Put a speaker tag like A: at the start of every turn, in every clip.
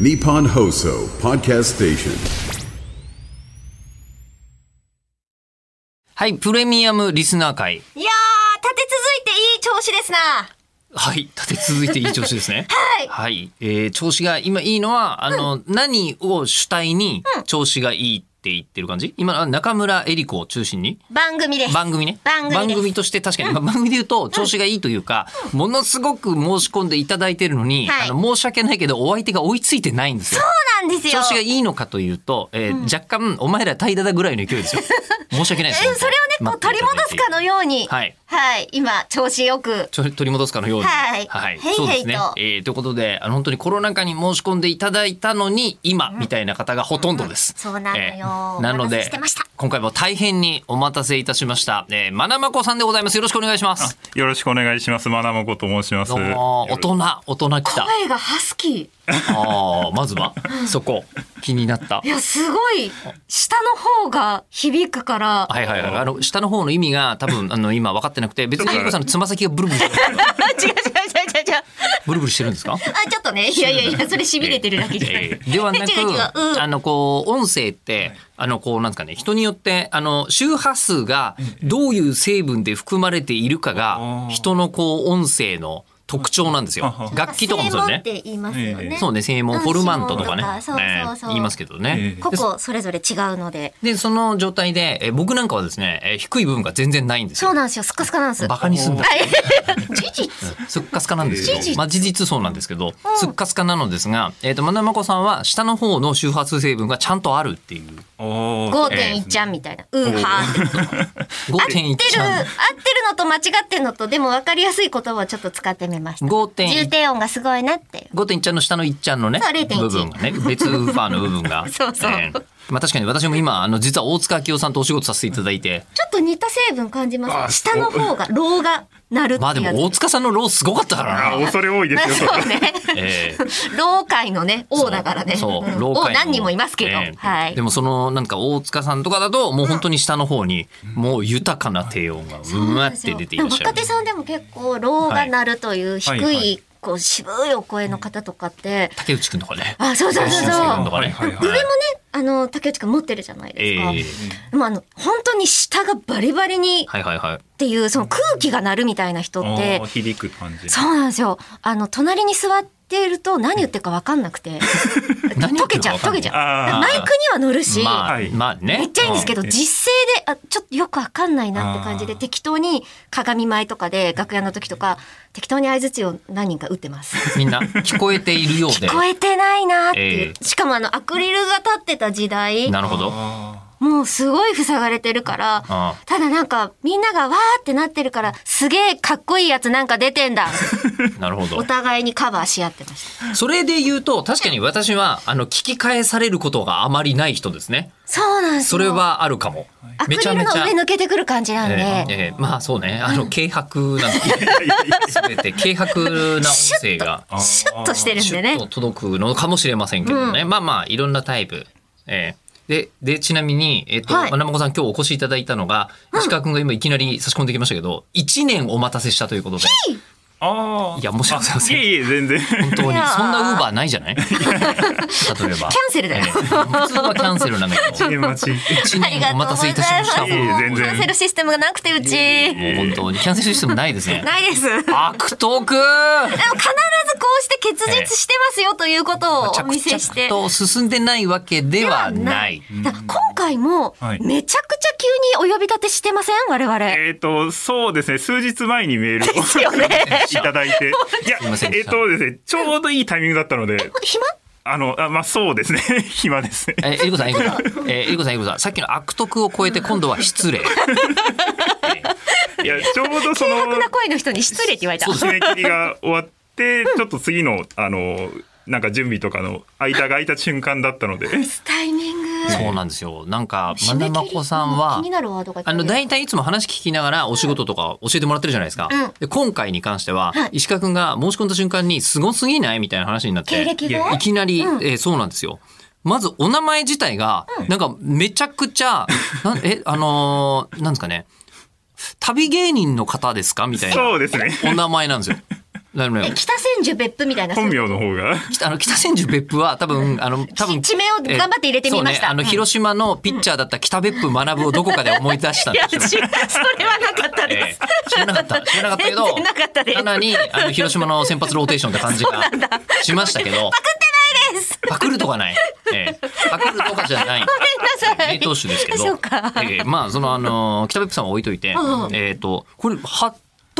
A: Nippon Hoso Podcast Station.
B: はい、プレミアムリスナー会。
C: いやー、立て続いていい調子ですな。
B: はい、立て続いていい調子です ね。
C: はい
B: えー調子が今いいのは、あの、何を主体に調子がいいって言ってる感じ今、あ中村江里子を中心に。
C: 番組です。
B: 番組ね。
C: 番組です
B: として確かに、まあ番組で言うと調子がいいというか、ものすごく申し込んでいただいてるのに、
C: はい
B: あの申し訳ないけどお相手が追いついてないんですよ。
C: そうなんですよ。
B: 調子がいいのかというと、えー若干お前ら平らだぐらいの勢いですよ。申し訳ない
C: え
B: ですよ。
C: それをね、こう取り戻すかのように。
B: はい
C: はい、今、調子よく。
B: ちょ取り戻すかのように。
C: はいへいへいと
B: そうですね。えーということで、あの本当にコロナ禍に申し込んでいただいたのに、今、みたいな方がほとんどです。
C: そうなのよお
B: な
C: 待
B: の
C: たせ
B: で
C: してました、
B: 今回も大変にお待たせいたしました。えー、まなまこさんでございます。よろしくお願いします。
D: よろしくお願いします。マナモコと申します。
B: どうも、大人、大人来た。
C: 声がハスキー。
B: あーまず は、そこ、気になった
C: い。や、すごい、下の方が響くから。
B: はいはいはい。あの、下の方の意味が多分、あの、今分かってなくて、別に、ゆうこさんのつま先がブルブルしてる、
C: 違う違う違う違う違う。
B: ブルブルしてるんですか
C: あ、ちょっとね、いやいやいや、それ痺れてるだけじゃない。
B: えーではなく
C: 違う違う。うん。
B: あのこう音声って、あのこうなんですかね人によってあの周波数がどういう成分で含まれているかが人のこう音声の特徴なんですよ
D: あは
B: 楽器とかもそう
C: 声紋
B: ね
C: っ。て言いますよね。
D: ええ
B: そうね声紋フォルマントとかね
C: うん指紋とかそう
B: ね
C: そうそう
B: 言いますけどね
D: え。え
C: 個々それぞれ違うので。
B: でその状態でえ僕なんかはですねえ低い部分が全然ないんです
C: そう
B: よ。
C: なんですよ、すっかすかなんです。
B: バカにすんだ
C: あいやいや事実。
B: すっかすかなんですけ
C: 事
B: ど、
C: 実
B: まあ、事実そうなんですけど、すっかすかなのですが、えっ、と、まなまこさんは下の方の周波数成分がちゃんとあるっていう。
D: おー
C: 5.1ちゃんみたいな。うーはーって。合ってる、合っ
B: 5.1
C: てるのと間違ってるのと、でも分かりやすい言葉をちょっと使ってみました。重
B: 5.1
C: 低音がすごいなって。
B: 5点ちゃんの下の1ちゃんのね
C: そう0.1
B: 部分がね別ウーファーの部分が
C: そうそう
B: ーまあ確かに私も今あの実は大塚明夫さんとお仕事させていただいて
C: ちょっと似た成分感じます。下の方が、ローが鳴るって
B: まあで
C: やつ。
B: も大塚さんのローすごかったからな。
D: あ恐れ多いですよ。
C: まあそうね。
B: ええ
C: ロー界のね、王だからね。
B: そう、
C: うん
B: 廊下
C: 王
B: に
C: 何人もいますけど。
B: ええ
C: はい
B: で。もそのなんか大塚さんとかだともう本当に下の方にもう豊かな低音がうまって出ていらっし
C: で
B: ゃ
C: も若
B: る
C: 手。さんでも結構、ローが鳴るという低、
D: はいいはいはい
C: こう、渋いお声の方とかって、
B: 竹内くんとかね。
C: あ、そうそうそう
B: 俊介
C: そう。
B: くん
C: 上
B: と
C: もね、
B: かね。
D: はいはいはい
C: あの、竹内くん持ってるじゃないですか。
B: ええ
C: でもあの、本当に下がバリバリに
B: はいはいはい。
C: っていうその空気が鳴るみたいな人って
D: おー響く感じ。
C: そうなんですよあの隣に座っていると何言ってるか分かんなく て
B: 何言
C: 溶
B: って
C: け
B: る
C: ちゃ
B: か分かんな
C: う溶け
B: い
C: ち
D: あ
C: ゃ
D: ー
C: うマイクには乗るし、
B: まあ
D: はい
B: まあね。
C: めっちゃいいんですけど、
B: う
C: 実勢であちょっとよく分かんないなって感じで
D: あー
C: 適当に鏡前とかで楽屋の時とか適当に相槌を何人か打ってます。
B: みんな聞こえているようで
C: 聞。こえてないなっていう、
B: え
C: しかもあのアクリルが立ってた時代
B: なるほど。
D: あ
C: もうすごい塞がれてるから
B: あ
C: ただなんかみんながわーってなってるからすげえかっこいいやつなんか出てんだ
B: なるほど
C: お。互いにカバーし合ってました。
B: それで言うと、確かに私は、あの、聞き返されることがあまりない人ですね。
C: そうなんですよ
B: それはあるかも
C: ア。ク
B: め
C: リ
B: ちゃ
C: ル
B: め
C: の
B: ちゃ。
C: 上抜けてくる感じなんで、
B: ええええまあそうね。あの、軽薄なんですすべて軽薄な音声が、
D: ー
C: シュッとしてるん
B: シュッ
C: でね
B: と。届くのかもしれませんけどね。まあまあ、いろんなタイプ。ええで、で、ちなみに、えっ、と、
C: はい
B: まなまこさん今日お越しいただいたのが、石川くんが今いきなり差し込んできましたけど、1年お待たせしたということで、
D: あー。
B: いや申し訳ございません
D: あいえいえ、全然。
B: 本当に。
C: いやー
B: そんなウーバーないじゃない例えば。
C: キャンセルだよ
B: ええ普通はキャンセルなんだけど。
D: え待ち。
B: 一
C: ありが
B: 年お
C: とうご
B: 待たせ
C: ざい
B: いたしま
C: ま
B: し
C: す。
B: た。
C: もう
D: いえいえ全然
C: キャンセルシステムがなくてうち、
B: 本当にキャンセルシステムないです ね。
C: ないです。でも必ずこ
B: 悪徳。
C: うして結実してますよということをお見せして。
B: と進んでないわけではない。
C: だから今回も
D: はい
C: めちゃくちゃ急にお呼び立てしてません我々。
D: えっと、そうですね、数日前にメールを。
C: ですよね
D: いただいて。いや
B: すいません、で
D: え
B: し
D: ったとですね、ちょうどいいタイミングだったので、
C: 暇
D: あの、あまあ、そうですね、 暇ですね。
B: えー、えりこさん、えりこさん、えー、えりこさん、えりこさん、さっきの悪徳を超えて、今度は失礼。
D: いや、ちょうどその、
C: こんな声の人に失礼って言われた。
D: 締め切りが終わって、ちょっと次の、あの、なんか準備とかの間が空いた瞬間だったので。
C: タイミング。
B: そうなんですよ。なんか、まな
C: 締め切り
B: まこさんは
C: 気に。なるワードがいっぱ
B: あ
C: い
B: の、大体いつも話聞きながらお仕事とか教えてもらってるじゃないですか。
C: うん
B: で今回に関しては
C: はい、
B: 石川くんが申し込んだ瞬間に、すごすぎないみたいな話になって。
C: 経歴
D: いや
C: が
B: いきなり、えーそうなんですよ。まずお名前自体が、なんかめちゃくちゃ、なんえ、あのーなんですかね、旅芸人の方ですかみたいな
D: そうですね。
B: お名前なんですよ。なるほど
C: え、北千住別府みたいな。
D: 本名の方が。
B: 北あの北千住別府は多分あの多分
C: 地名を頑張って入れてみました
B: えーそうねあの
C: うん
B: 広島のピッチャーだった北別府学をどこかで思い出したん
C: い
B: で
C: や、
B: す
C: 違うそれはなかったで
B: え
C: す。
B: ー知らなか った知らなかったけど
C: 全然なかったです
B: かなりあの広島の先発ローテーションって感じ がしましたけどパクってないですパクるとかない、えーパクるとかじゃ ない
C: ごめんなさい。
B: 名投手ですけど
C: そうか。
B: えーまあそのあの北別府さんは置いといて、
C: うん
B: えっ、とこれ服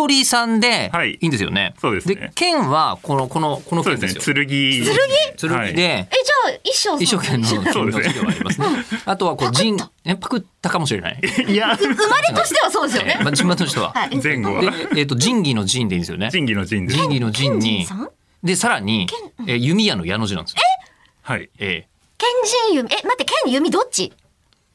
B: 部さんで
D: はい
B: いいんですよね、
D: そうですね
B: 県はこのこのこの
D: そう
B: 県
D: で
B: ですす
D: ね。
B: よ
D: 剣。剣
B: 剣で、
C: え、じゃあ、一生さん。
B: 一生懸命の
D: そう
B: 金
D: です
B: の
D: ね
B: 授業がありますね。あとはこう人えパクったかもしれない。
D: はい。いや、
C: 生まれとしてはそうですよ
B: え
C: ね
B: ー。まあ人馬としては。
C: はい。
D: 前後
B: で
D: は。
B: えっと仁義の仁でいいんですよね。
D: 仁義の仁です。
B: 仁義の仁
C: 賢人
B: に
C: さん
B: でさらにえー弓矢の矢の字なんですよ。
D: はい。
B: え
C: 剣人弓。え、待って、剣弓どっち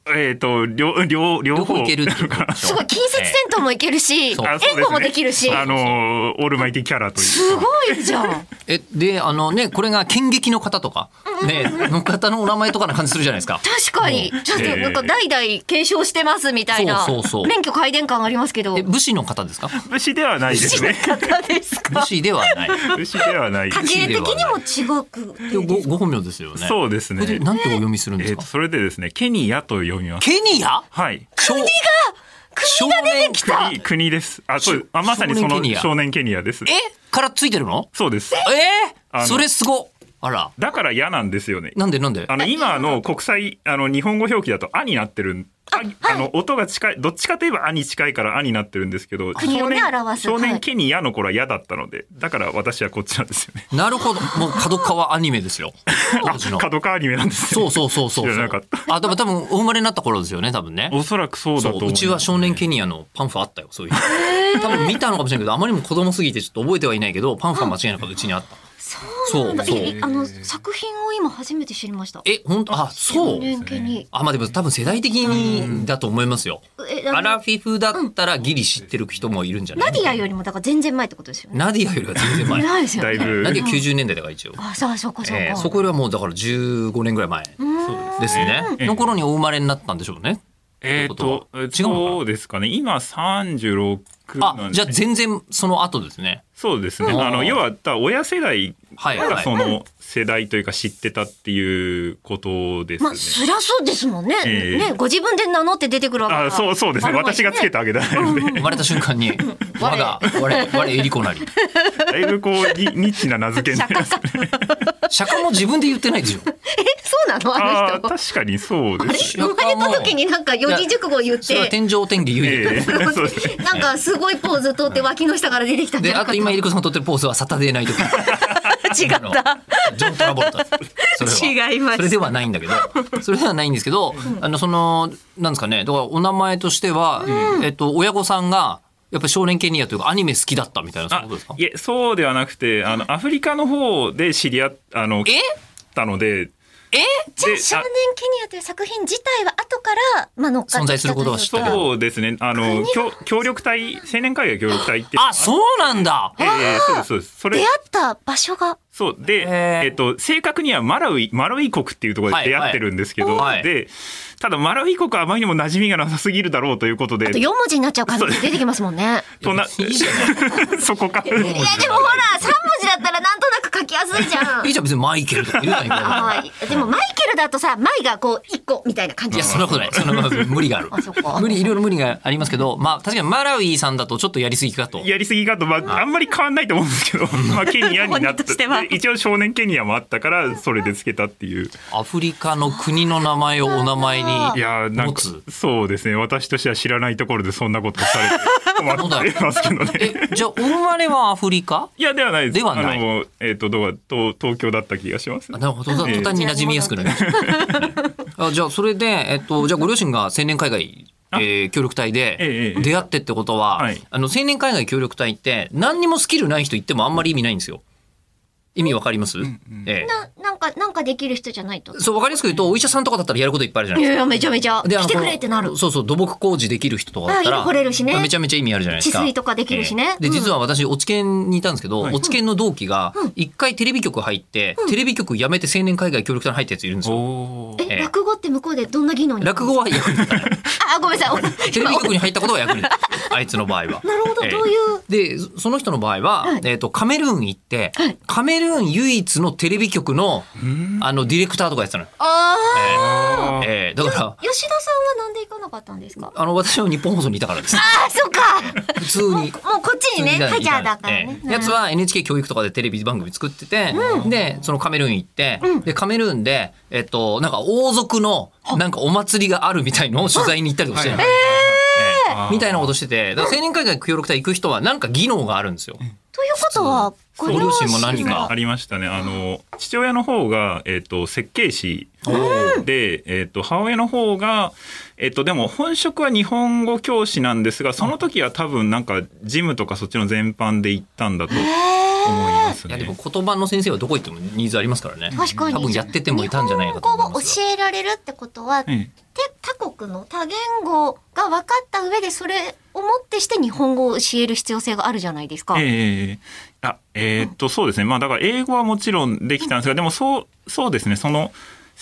D: えっと、両、両、
B: ー
D: 両
B: 両
D: 方。
B: 方いけるっていうことでしょ。
C: すごい、近接戦闘もいけるし、
B: そう
D: あそう
C: 援護もできるし
D: す。ねあのー、オールマイティキャラという。
C: すごいじゃん。
B: えーえであのねこれが剣撃の方とかねの方のお名前とかな感じするじゃないですか。
C: 確かに、ちょっとなんか代々継承してますみたいな。
B: そうそうそう
C: 免許改伝感ありますけど
B: え。武士の方ですか？
D: 武士ではないですね。
C: 方ですか
B: 武士ではない。
D: 武士ではない。
C: 家系的にも違くて
B: でごご本名ですよね。
D: そうですね
B: これ。なんてお読みするんで
D: え
B: す
D: っと、
B: か？
D: それでですね、ケニアと読みます。
B: ケニア？
D: はい。
B: 国が国が出てきた
D: 国国です。あ、そうです。あ、まさに
B: 少
D: そ
B: 年
D: の
B: ケニア
D: 少年ケニアです。
B: えからついてるの
D: そうです。
B: え
D: あ
B: ー、
D: の
B: それすごあら
D: だから嫌なんですよね。
B: なんでなんで
D: あの今の国際あの日本語表記だと「あ」になってるんああの音が近いどっちかといえば「あ」に近いから「あ」になってるんですけど
C: 国をね表す
D: 少
C: は
D: 年
C: い
D: ケニアの頃は「や」だったのでだから私はこっちなんですよね。
B: なるほどもう角川アニメですよ当時の
D: 角川アニメなんですよ、
B: そう
D: ね。
B: そうそうそう
D: 知らなかった
B: あでも多分お生まれになった頃ですよね多分ね
D: おそらくそうだと
B: そ
D: 思
B: ううちは少年ケニアのパンフあったよそういう多分見たのかもしれないけどあまりにも子供すぎてちょっと覚えてはいないけどパンフは間違いなくうちにあった
C: そうなんだ。
B: そう
C: いいあの作品を今初めて知りました。
B: え本当あそう
C: 年家に。
B: あまあでも多分世代的にだと思いますよ
C: え、
B: ア
C: あ
B: ラ
C: の
B: フィフだったらギリ知ってる人もいるんじゃな
C: ナ
B: い
C: ディアよりもだから全然前ってことですよね。
B: ナディアよりは全然前
C: 偉いですよ
D: だい
C: ね。
D: ぶ
B: ナディア90年代だから一応
C: あ、そうそうかそう
B: え
C: か。
B: ーそこよりはもうだから15年ぐらい前ですね。の頃にお生まれになったんでしょうね。
D: えっ、と
B: ってことは違うのかな
D: そうですかね今36な
B: あ
D: ん、で
B: じゃあ全然その後ですね。
D: そうですね、
B: うん
D: あの要はだから親世代
B: はいは
D: が
B: い
D: その世代というか知ってたっていうことですね。
C: まあ、そりゃそうですもんね。
D: ええ
C: ね、ご自分で名乗って出てくるわけだから
D: あそうそうですね
C: 丸々
D: 私がつけてあげたので、
B: 生まれた瞬 間に、我が、我、我、エリコなり。
D: だいぶこうにニッチな名付けになります
B: 釈迦も自分で言ってないでしょ。
C: え、そうなの
D: あ
C: あ
D: あ
C: の人。
D: 確かにそうですね
C: 生まれた時になんか四字熟語言っ
B: それは
C: て。
B: 天上天下言う
D: え
B: で。
D: えそうですね
C: なんかすごいポーズ取って脇の下から出てきたんじ
B: で、
C: ゃな
B: あと
C: かった
B: 今エリコさんが撮ってるポーズはサタデーナイト。
C: 違った。
B: ジョン・トラボルタ。それは
C: 違いました
B: それではないんだけど、それではないんですけど、あの、その、なんですかね、だからお名前としては、えっと、親御さんが、やっぱり少年ケニアというかアニメ好きだったみたいな、そういうこ
D: あ
B: とですか
D: いえそうではなくてあのアフリカの方で知り合っあの
B: え
D: たので
B: え
C: じゃあ
D: で
C: 少年ケニアという作品自体は後から、まあ、乗っか
B: 存
C: ってきた
B: 在することは知ってた
C: というか
D: そうですねあの協協力隊青年会議協力隊って
B: あ、そうなんだ
D: ええそうですそうですそ
C: 出
D: れ
C: 会った場所が。
D: そうで、
B: へー
D: えっと、正確にはマラウイマラウイ国っていうところ
B: は
D: で
B: い
D: 出会ってるんですけど、
B: はい
D: でただマラウイ国はあまりにも馴染みがなさすぎるだろうということで
C: あと4文字になっちゃう感じで出てきますもんね。
D: とない
B: いじゃない
D: そこか
C: いや
D: ら
C: でもほら3文字だったらなんとなく書きやすいじゃ ん
B: いい。じゃん、別にマイケルとかいるじゃない
C: あ
B: か。
C: ーでもマイケルだとさマイがこう1個みたいな感
B: い
C: じ
B: や、そんなことない。そんなこと無理がある
C: あそっか。
B: 無理、いろいろ無理がありますけど、まあ、確かにマラウイさんだとちょっとやりすぎかと。
D: やりすぎかと、まあ、あんまり変わんないと思う んですけど、まあ、ケニアにな
C: 本
D: っ
C: 人としては
D: た。で一応少年ケニアもあったから、それでつけたっていう。
B: アフリカの国の名前をお名前に。
D: いやー、なんか
B: 持、
D: そうですね。私としては知らないところでそんなことされて 困ってますけどね。
B: え、じゃあ、お生まれはアフリカ
D: いや、ではないです。
B: ではない
D: あの、えっ、と、どうか東東京だった気がします
B: あ
D: ね。
B: なるほど。途端に馴染みやすくなりました。あじゃあ、それで、えっと、じゃあ、ご両親が青年海外、えー協力隊
D: え
B: で
D: え
B: 出会ってってことは、
D: はい
B: あの、青年海外協力隊って、何にもスキルない人行ってもあんまり意味ないんですよ。意味わかります、ええ
C: ななんなんか、なんかできる人じゃないと。
B: そう、わかりやすく言うと、お医者さんとかだったらやることいっぱいあるじゃないい
C: や
B: で
C: いや、めちゃめちゃ。
B: すか。であ
C: 来
B: の
C: てくれってなる
B: この。そうそう、土木工事できる人とかだった
C: あ
B: ら。
C: 来れるしね
B: めちゃめちゃ意味あるじゃないです
C: 治
B: か。
C: 水とかできるしね。
B: で、実は私、落研にいたんですけど、
D: はい
B: 落研の同期が、一回テレビ局入って、テレビ局辞めて青年海外協力隊に入ったやついるんですよ。
D: おー
C: うん。え、
B: ええ
C: 落語って向こうでどんな技能に
B: 落語は役に立たない
C: あ、ごめ んなさい。
B: テレビ局に入ったことは役に立た ないあいつの場合は。
C: なるほど、
B: ええ
C: どういう。
B: で、そその人の場合は、
C: はい
B: えっ、と、カメルーン行って、
C: はい
B: カメルーン唯一のテレビ局の、あの、ディレクターとかやってたのよ。
C: あ
D: あー
B: えー、だから
C: あ。、吉田さんはなんで行かなかったんですか
B: あの、私は日本放送にいたから です。
C: ああ、そっか。
B: 普通
C: もう、も
B: に
C: う。こっちにね、ハイジャーだからね
B: え。えやつは NHK 教育とかでテレビ番組作ってて、で、そのカメルーン行って、で、カメルーンで、えっと、なんか王族の、なんかお祭りがあるみたいのを取材に行ったりとかしてるのええみたいなことしてて、だから青年海外協力隊行く人はなんか技能があるんですよ。
C: ということは、ご両親
B: ご両親も何か
D: ありましたね。あの父親の方がえっ、と設計士で、えっ、と母親の方がえっ、とでも本職は日本語教師なんですが、その時は多分なんかジムとかそっちの全般で行ったんだと思います
B: い
D: ね。
B: やでも言葉の先生はどこ行ってもニーズありますからね。
C: 確かに。
B: 多分やっててもいたんじゃないかと思
C: 日
B: い
C: 本語
B: ま
C: を
B: す
C: 教
B: が。
C: えられるってことは、
D: ええ
C: で他国の多言語が分かった上でそれをもってして日本語を教える必要性があるじゃないですか。
D: ええあ、えーっと、そうですね。まあ、だから英語はもちろんできたんですが、でも、そう、そうですね。その、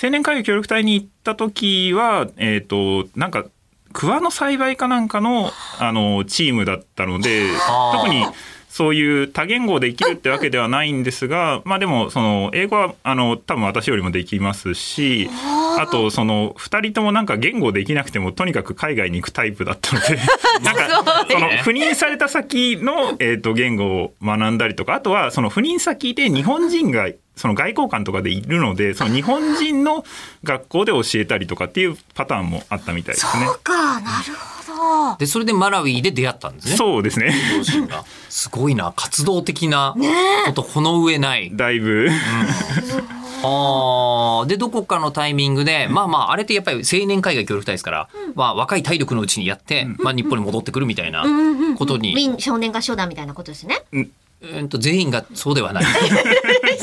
D: 青年会議協力隊に行った時は、えーっと、なんか、桑の栽培かなんかの、あの、チームだったので
B: あ、ー
D: 特に、そういう多言語で生きるってわけではないんですが、まあでも、その、英語は、あの、多分私よりもできますし、あと、その、二人ともなんか言語できなくても、とにかく海外に行くタイプだったの で、なんか、その、赴任された先の、えー、と言語を学んだりとかあとはその赴任先で日本人がその外交官とかでいるのでその日本人の学校で教えたりとかっていうパターンもあったみたいですね。
C: そうか、なるほど。
B: で、それでマラウイで出会ったんですね。
D: そうですね。
B: 両親がすごいな活動的なことこの上ない、
D: だいぶ、
B: あーでどこかのタイミングで、まあまああれってやっぱり青年海外協力隊ですから、まあ、若い体力のうちにやって、まあ、日本に戻ってくるみたいなことに、
C: 民少年合唱団みたいなことですね。
B: えーと全員がそうではない、ええ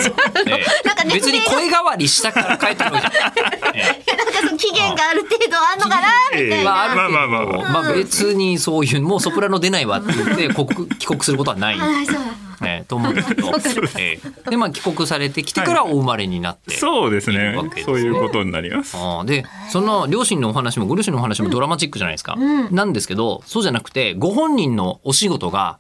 C: なんかね
B: 別に声変わりしたから帰ってくるじゃない、え
C: なんかその期限がある程度あんのかなみた
D: え
B: え
C: い
D: え
B: まあ、
C: な。
B: ある程度、
D: ま
B: ま
D: あ
B: あ
D: まあま
B: 別にそういうもうソプラノ出ないわって言って国帰国することはない、
C: あそう
B: ええと思うんですけど、ええでまあ帰国されてきてからお生まれになって、
D: そうですね
B: いいわけですね
D: そういうことになります。
B: あーでその両親のお話もご両親のお話もドラマチックじゃないですか、なんですけどそうじゃなくてご本人のお仕事が、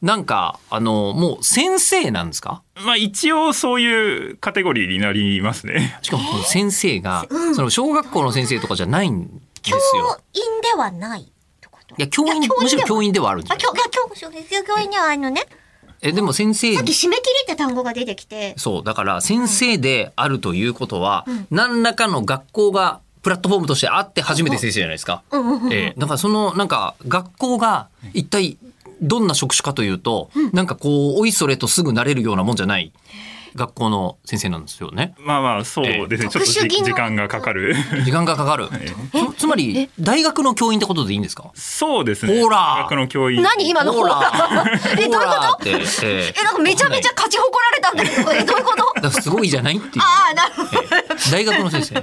B: なんかあのもう先生なんですか
D: まあ一応そういうカテゴリーになりますね。
B: しかもその先生が、その小学校の先生とかじゃないんです
C: 教
B: よ。
C: 員ではないってこと。
B: いや教員
C: いや教員では
B: むしろ教員ではあるんじゃ
C: あ、
B: ない
C: 教、いや教教教員にはあのね、
B: えでも先生
C: さっき締め切りって単語が出てきて、
B: そうだから先生であるということは、何らかの学校がプラットフォームとしてあって初めて先生じゃないですか。
C: うんうんうんうん
B: ええ、だからそのなんか学校が一体どんな職種かというと、なんかこうおいそれとすぐなれるようなもんじゃない学校の先生なんですよね。
D: まあまあそうですね。ちょっと
C: 特殊
D: じ
C: 技能
D: 時間がかかる。
B: 時間がかかる。つつまり大学の教員ってことでいいんですか。
D: そうですね。
B: ほら
D: 大学の教員。
C: 何今の
B: ほら
C: え、どういうこ
B: ほらっ
C: と
B: てえ
C: え、なんかめちゃめちゃ勝ち誇られたんだけど、え、どういうこと
B: だからすごいじゃないっていう。
C: ああ、なるほど。
B: 大学の先生。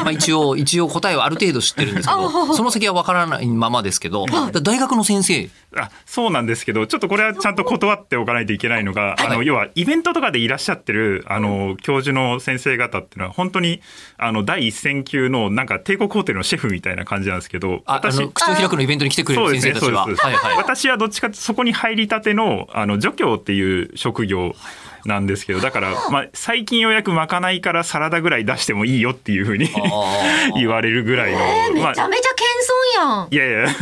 B: まあ一応、一応答えはある程度知ってるんですけ
C: あほうほ
B: ど、その先はわからないままですけど、だから大学の先生。
D: あそうなんですけどちょっとこれはちゃんと断っておかないといけないのが、あの要はイベントとかでいらっしゃってるあの教授の先生方っていうのは本当にあの第一線級のなんか帝国ホテルのシェフみたいな感じなんですけど
B: あ、あ
D: 私
B: の、口を開くのイベントに来てくれ
D: そう
B: る
D: です
B: 先
D: ね
B: 生た
D: そ
B: ち
D: うです
B: は。
D: そうです
B: はいはい。
D: 私はどっちかってそこに入りたてのあの助教っていう職業なんですけどだから、まあ、最近ようやくまかないからサラダぐらい出してもいいよっていうふうに
B: あ
D: 言われるぐらいの、ま
C: めちゃ
D: あ、
C: めちゃ謙遜やん。
D: いやいや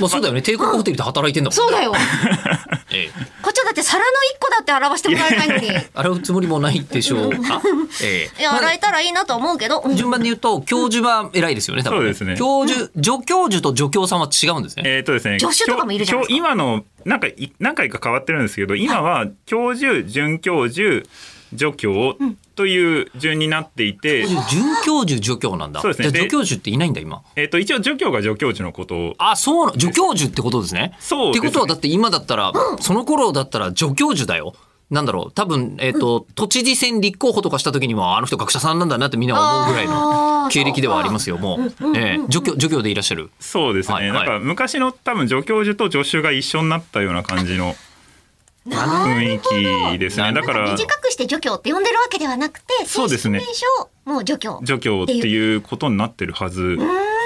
B: まあそうだよね。帝国ホテルで働いてんだもんね。
C: そうだよ。こ
B: ええ。
C: っちはだって皿の一個だって表してもらえないのに。い
B: 洗うつもりもないでしょうか。ええ。
C: や、
B: まあ
C: 洗えたらいいなとは思うけど。うん
B: 順番で言うと、教授は偉いですよね、多分。
D: そうですね
B: 教授、助教授と助教さんは違うんですね。
D: えーとですね、
C: 助手とかもいるじゃないですか
D: 教教今のなんかい何回か変わってるんですけど今は教授准教授助教という順になっていて、
B: 准教授、助教なんだ。
D: そうです
B: じゃ
D: ね
B: あ
D: で
B: 助教授っていないんだ、今。
D: えー、と一応助教が助教授のことを
B: あ、そうな、助教授ってことですね。
D: そうですね
B: ってことはだって今だったら、その頃だったら助教授だよ。なんだろう、多分、えっ、と、都知事選立候補とかした時にも、あの人学者さんなんだなってみんな思うぐらい
C: あ
B: の
C: ー
B: 経歴ではありますよ、もう。ええ助教、助教でいらっしゃる。
D: そうですね、
B: はいはい
D: なんか昔の多分助教授と助手が一緒になったような感じの雰囲気ですねだか
C: なん
D: ら
C: 短くして除去って呼んでるわけではなくて、
D: そうですね
C: 正式名称もう除去。
D: 助教っていうことになってるはず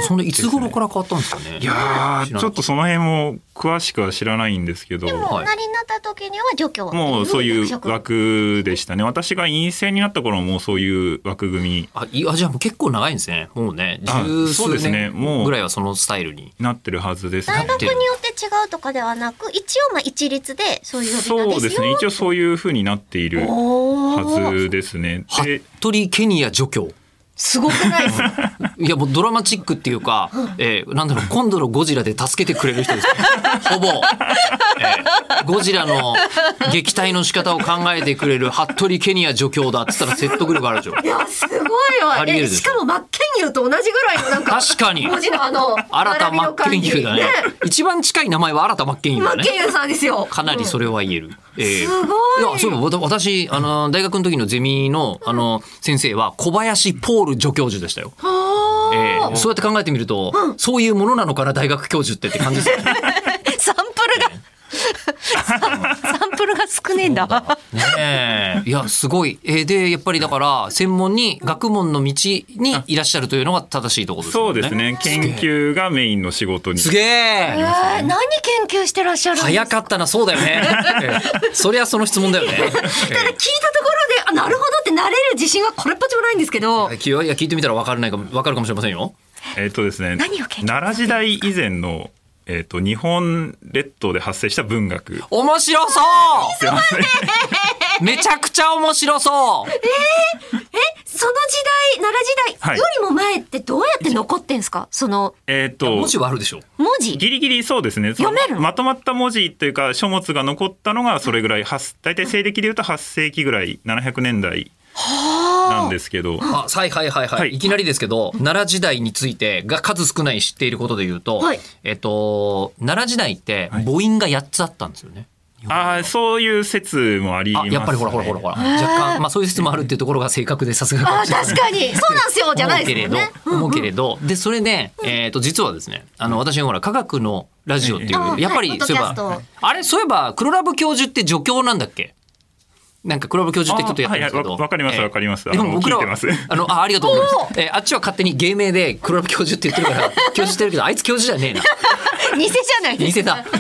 B: そんでいつ頃から変わったんですかね。
D: いや
B: 知
D: ー
B: らな
D: ち
B: か
D: ょっとその辺も詳しくは知らないんですけど
C: もう
B: はい
C: おなりになった時には除去。
D: もうそういう
C: 役職
D: 枠でしたね私が陰性になった頃ももうそういう枠組み
B: あ、いや、じゃあもう結構長いんですね。もうね、
D: あ
B: 十
D: そうで
B: 数
D: すねも
B: 年
D: う
B: ぐらいはそのスタイルに。
D: になってるはずですね
C: 大学によって違うとかではなく、一応まあ一律でそういう呼び
D: そ
C: 名
D: うで
C: です
D: す
C: よ。
D: ね一応そういうふうになっている
C: お
D: は
C: ー
D: ずですねで
B: 服部ケニア助教。
C: すごくないですか
B: いやもうドラマチックっていうか、えー、なんだろう今度のゴジラで助けてくれる人ですよ ほぼ、えーゴジラの撃退の仕方を考えてくれる服部ケニア助教だっつったら説得力あるでしょ
C: いや、すごい
B: あ
C: わ。
B: りえる
C: え
B: でしょ
C: しかも真剣佑と同じぐらいのなんか、
B: 確かに
C: 文字のあの、
B: 新田真剣佑だね
C: 並びの感
B: 一番近い名前は新田真剣
C: じ
B: 佑
C: ね
B: だ
C: 真
B: ね
C: 剣佑さんですよ。
B: かなりそれは言える、えー
C: すごい
B: やそういえばわた私あの大学の時のゼミのあの先生は小林ポール助教授でしたよ、
C: は
B: え
C: ー
B: ーそうやって考えてみると、そういうものなのかな大学教授ってって感じですよね
C: サンプルが、サンプルが少ねえんだ。
B: ねえいやすごい、えーでやっぱりだから専門に学問の道にいらっしゃるというのが正しいところです
D: そ
B: よ
D: うですね研究がメインの仕事に
B: すげ
C: え
B: え
C: ー、何研究してらっしゃるんです
B: 早
C: か
B: かったなそうだよね、えーそりゃその質問だよね、
C: ただ聞いたところで、あ、なるほどってなれる自信はこれっぽっちもないんですけど
B: え、ーいやいや聞いてみたら分からないかも分かるかもしれませんよ
D: えっとですね
C: 何を研究
D: 奈良時代以前のえっと日本列島で発生した文学
B: 面白そうめちゃくちゃ面白そう
C: その時代、奈良時
D: は
C: 代
D: い
C: よりも前ってどうやって残ってんすかその
D: えっと
B: 文字はあるでしょ
C: 文 字。
D: ギリギリそうですね
C: 読める
D: そのまとまった文字というか書物が残ったのがそれぐらいはっ大体西暦でいうと8世紀ぐらい700年代なんですけど
B: あはいはいはいはい、、
D: はいい
B: きなりですけど奈良時代についてが数少ない知っていることで言うと、
C: はい
B: えっと奈良時代って母音が8つあったんですよね。
D: ああそういう説もあります
B: あ
D: ね
B: やっぱりほらほらほらほら若干まあそういう説もあるっていうところが正確でさすがか
C: あ
B: も
C: あ、
B: しれない
C: 確かに。 そうなんですよ、じゃないですもんね。
B: 思うけれど、思うけれどでそれで、えっと実はですねあの私がほら科学のラジオっていう、
C: うん
B: やっぱ
C: はい
B: り
C: ポッド
B: そういえ
C: キャスト
B: ばあれそういえば黒ラブ教授って助教なんだっけなんか黒ラブ教授って人とやってるんですけ
D: あはい
B: ど
D: はいわわかりますわかります
B: えーでも
D: あの
B: 僕らは
D: 聞いてます
B: あのあありがとうございます、えーあっちは勝手に芸名で黒ラブ教授って言ってるから教授してるけどあいつ教授じゃねえな
C: 偽じゃないです
B: 偽
C: か。
B: だ
C: でも大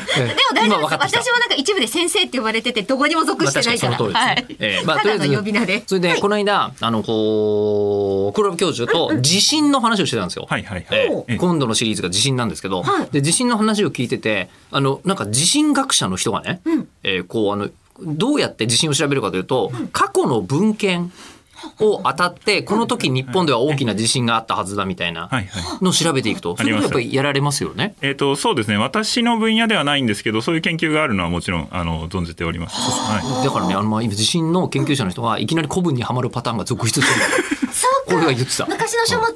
C: 丈
B: 今分
C: 夫
B: かって
C: で
B: き
C: す。
B: た
C: 私もなんか一部で先生って呼ばれてて、どこにも属してないから。
B: まあ確かにその通りですね。ええまあ
C: た
B: とりあ
C: だ
B: えず
C: の呼び名で。
B: それで、この間、あの、こう、黒ラブ教授と地震の話をしてたんですよ。
D: はいはいはい
B: え
D: お
B: え
D: う
B: 今度のシリーズが地震なんですけど
C: はい、
B: で、地震の話を聞いてて、あの、なんか地震学者の人がね、ええこう、あの、どうやって地震を調べるかというと、過去の文献を当たって、この時日本では大きな地震があったはずだみたいな
D: はいはい
B: のを調べていくと、そ
D: あ
B: れ
D: り
B: も
D: ます
B: やっぱりやられますよね。
D: えっとそうですね私の分野ではないんですけどそういう研究があるのはもちろんあの存じております、は
B: だからね、あの、まあ今地震の研究者の人がいきなり古文にはまるパターンが続出する。
C: そう
B: これ
C: か。
B: が言ってた。
C: 昔の書物。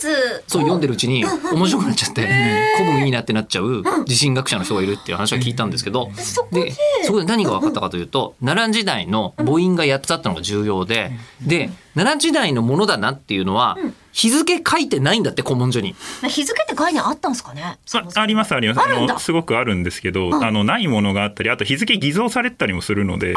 B: そう読んでるうちに面白くなっちゃって古文いいなってなっちゃう地震学者の人がいるっていう話は聞いたんですけどでそこで何が分かったかというと奈良時代の母音が8つあったのが重要でで奈良時代のものだなっていうのは日付書いてないんだって古文書に。
C: まあ日付って概念あったんですかね。
D: いまあありますあります
C: あるんだ
D: のすごくあるんですけど、あのないものがあったりあと日付偽造されてたりもするので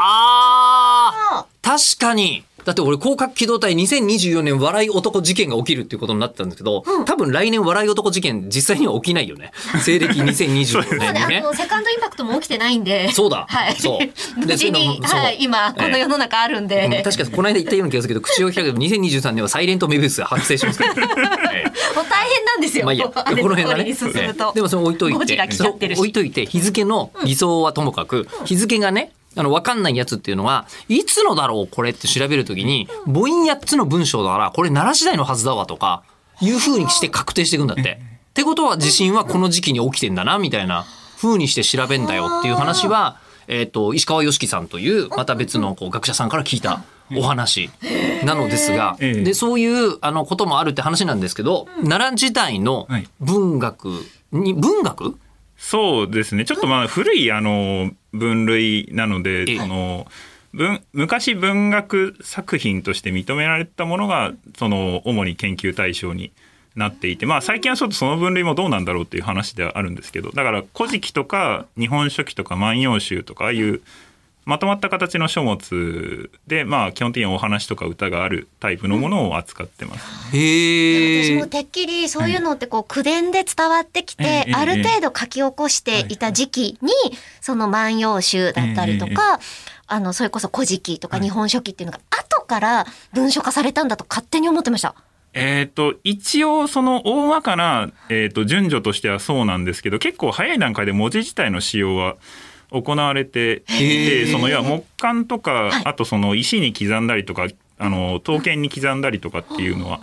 B: あー確かにだって俺広角機動隊2024年笑い男事件が起きるっていうことになってたんですけど、多分来年笑い男事件実際には起きないよね西 暦2024
C: そ
B: 年
C: うね、
B: に
C: あ
B: ね
C: の。セカンドインパクトも起きてないんで。
B: そうだ
C: はい。
B: そうで
C: 無事に、
B: そういうのも
C: はい、
B: そう
C: 今、この世の中あるんで。
B: うん確かにこの間言ったような気がするけど、口を開けば2023年はサイレントメビウスが発生しますから。え
C: もう大変なんです
B: え
C: よ。
B: まあいいや、
C: あれ
B: この辺が
C: 通り
B: ね。
C: に進む
B: え
C: と。
B: えでもそれ置いとい
C: ゴ
B: て
C: ジラ、来ちゃってるし
B: 置いといて、日付の偽装はともかく、日付がね、あの、わかんないやつっていうのは、いつのだろうこれって調べるときに、母音8つの文章だから、これ奈良時代のはずだわとか、いう風にして確定していくんだって。ってことは地震はこの時期に起きてんだな、みたいな風にして調べんだよっていう話は、えっ、と、石川良樹さんという、また別のこう学者さんから聞いたお話なのですが、
D: ええ
B: で、そういうあのこともあるって話なんですけど、奈良時代の
D: はい
B: 文学に、文学
D: そうですねちょっとまあ古いあの分類なの
B: ええ
D: でその文昔文学作品として認められたものがその主に研究対象になっていて、まあ、最近はちょっとその分類もどうなんだろうっていう話ではあるんですけどだから「古事記」とか「日本書紀」とか「万葉集」とかああいうまとまった形の書物で、まあ、基本的にお話とか歌があるタイプのものを扱ってます。
C: 私
B: へ
C: も
B: え。
C: てっきりそういうのってこう口伝で伝わってきて
D: ええ
C: ある程度書き起こしていた時期にその万葉集だったりと
D: ええ
C: かあのそれこそ古事記とか日本書紀っていうのが後から文書化されたんだと勝手に思ってました。
D: えっ、と一応その大まかな、えー、と順序としてはそうなんですけど結構早い段階で文字自体の使用は行われてい
B: へ
D: て
B: ー
D: その要は木簡とか、
C: はい
D: あとその石に刻んだりとかあの刀剣に刻んだりとかっていうのは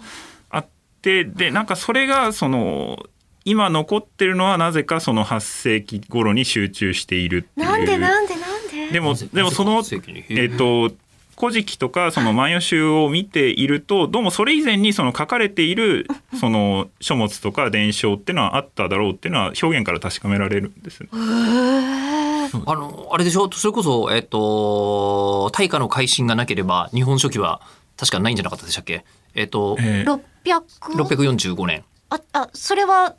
D: あってでなんかそれがその今残ってるのはなぜかその8世紀頃に集中しているっていう。
C: なんでなんでなんで
D: でも
B: なぜ
D: でもその
B: なぜか世紀に
D: えっ、と古事記とかその万葉集を見ているとどうもそれ以前にその書かれて いるその書物とか伝承っていうのはあっただろうっていうのは表現から確かめられるんです。
B: あの、あれでしょそれこそ、えっと、大化の改新がなければ、日本書紀は確かないんじゃなかったでしたっけえっと、
D: えー
C: 600
B: 645年。
C: ああそれは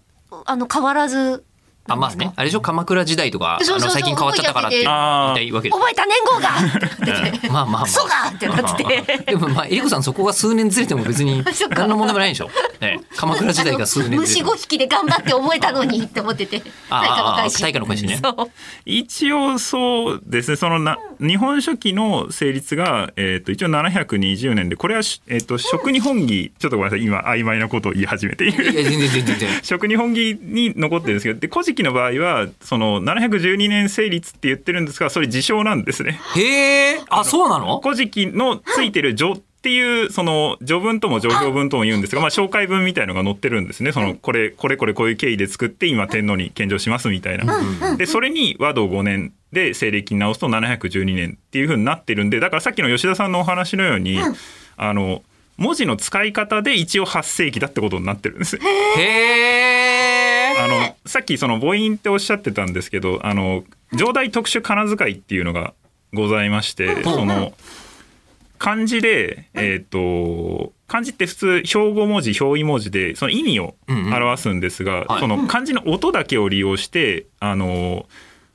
C: あの変わらず
B: あ、まあね。あれでしょ鎌倉時代とか、あ
C: そうそうそう
B: の、最近変わっちゃったからって言い
D: 覚
B: た
D: え
B: いわけです。
C: 覚えた年
B: うんまあ
C: 号が
B: まあまあ。
C: クソがってなってて。
B: て。でもまあ、エリコさんそこが数年ずれても別に
C: そっか
B: 何の問題もないでしょ。ね、鎌倉時代が数年ず
C: 虫
B: れても
C: 5。匹で頑張って覚えたのにって思ってて
B: ああああ
C: 大
B: 大化の改新ね
C: そう
D: 一応そうですねそのな「日本書紀」の成立が、えー、と一応720年でこれはし、えー、と食日本紀ちょっとごめんなさい今曖昧なことを言い始めている
B: いや、全然全然全然。
D: 食日本紀に残ってるんですけどで古事記の場合はその712年成立って言ってるんですがそれ自称なんですね。
B: へえ、あ、そうなの
D: 古事記のついてる序っていうその序文とも上行文とも言うんですが、まあ、紹介文みたいのが載ってるんですねそのこれこれこれこういう経緯で作って今天皇に献上しますみたいな。でそれに和道5年で西暦に直すと712年っていうふうになってるんでだからさっきの吉田さんのお話のように、あの文字の使い方で一応8世紀だってことになってるんですね。
B: へえ。
D: あのさっきその母音っておっしゃってたんですけどあの上代特殊仮名遣いっていうのがございましてその漢字で、えー、と漢字って普通標語文字表意文字でその意味を
B: うんうん
D: 表すんですが、
B: はい
D: その漢字の音だけを利用してあの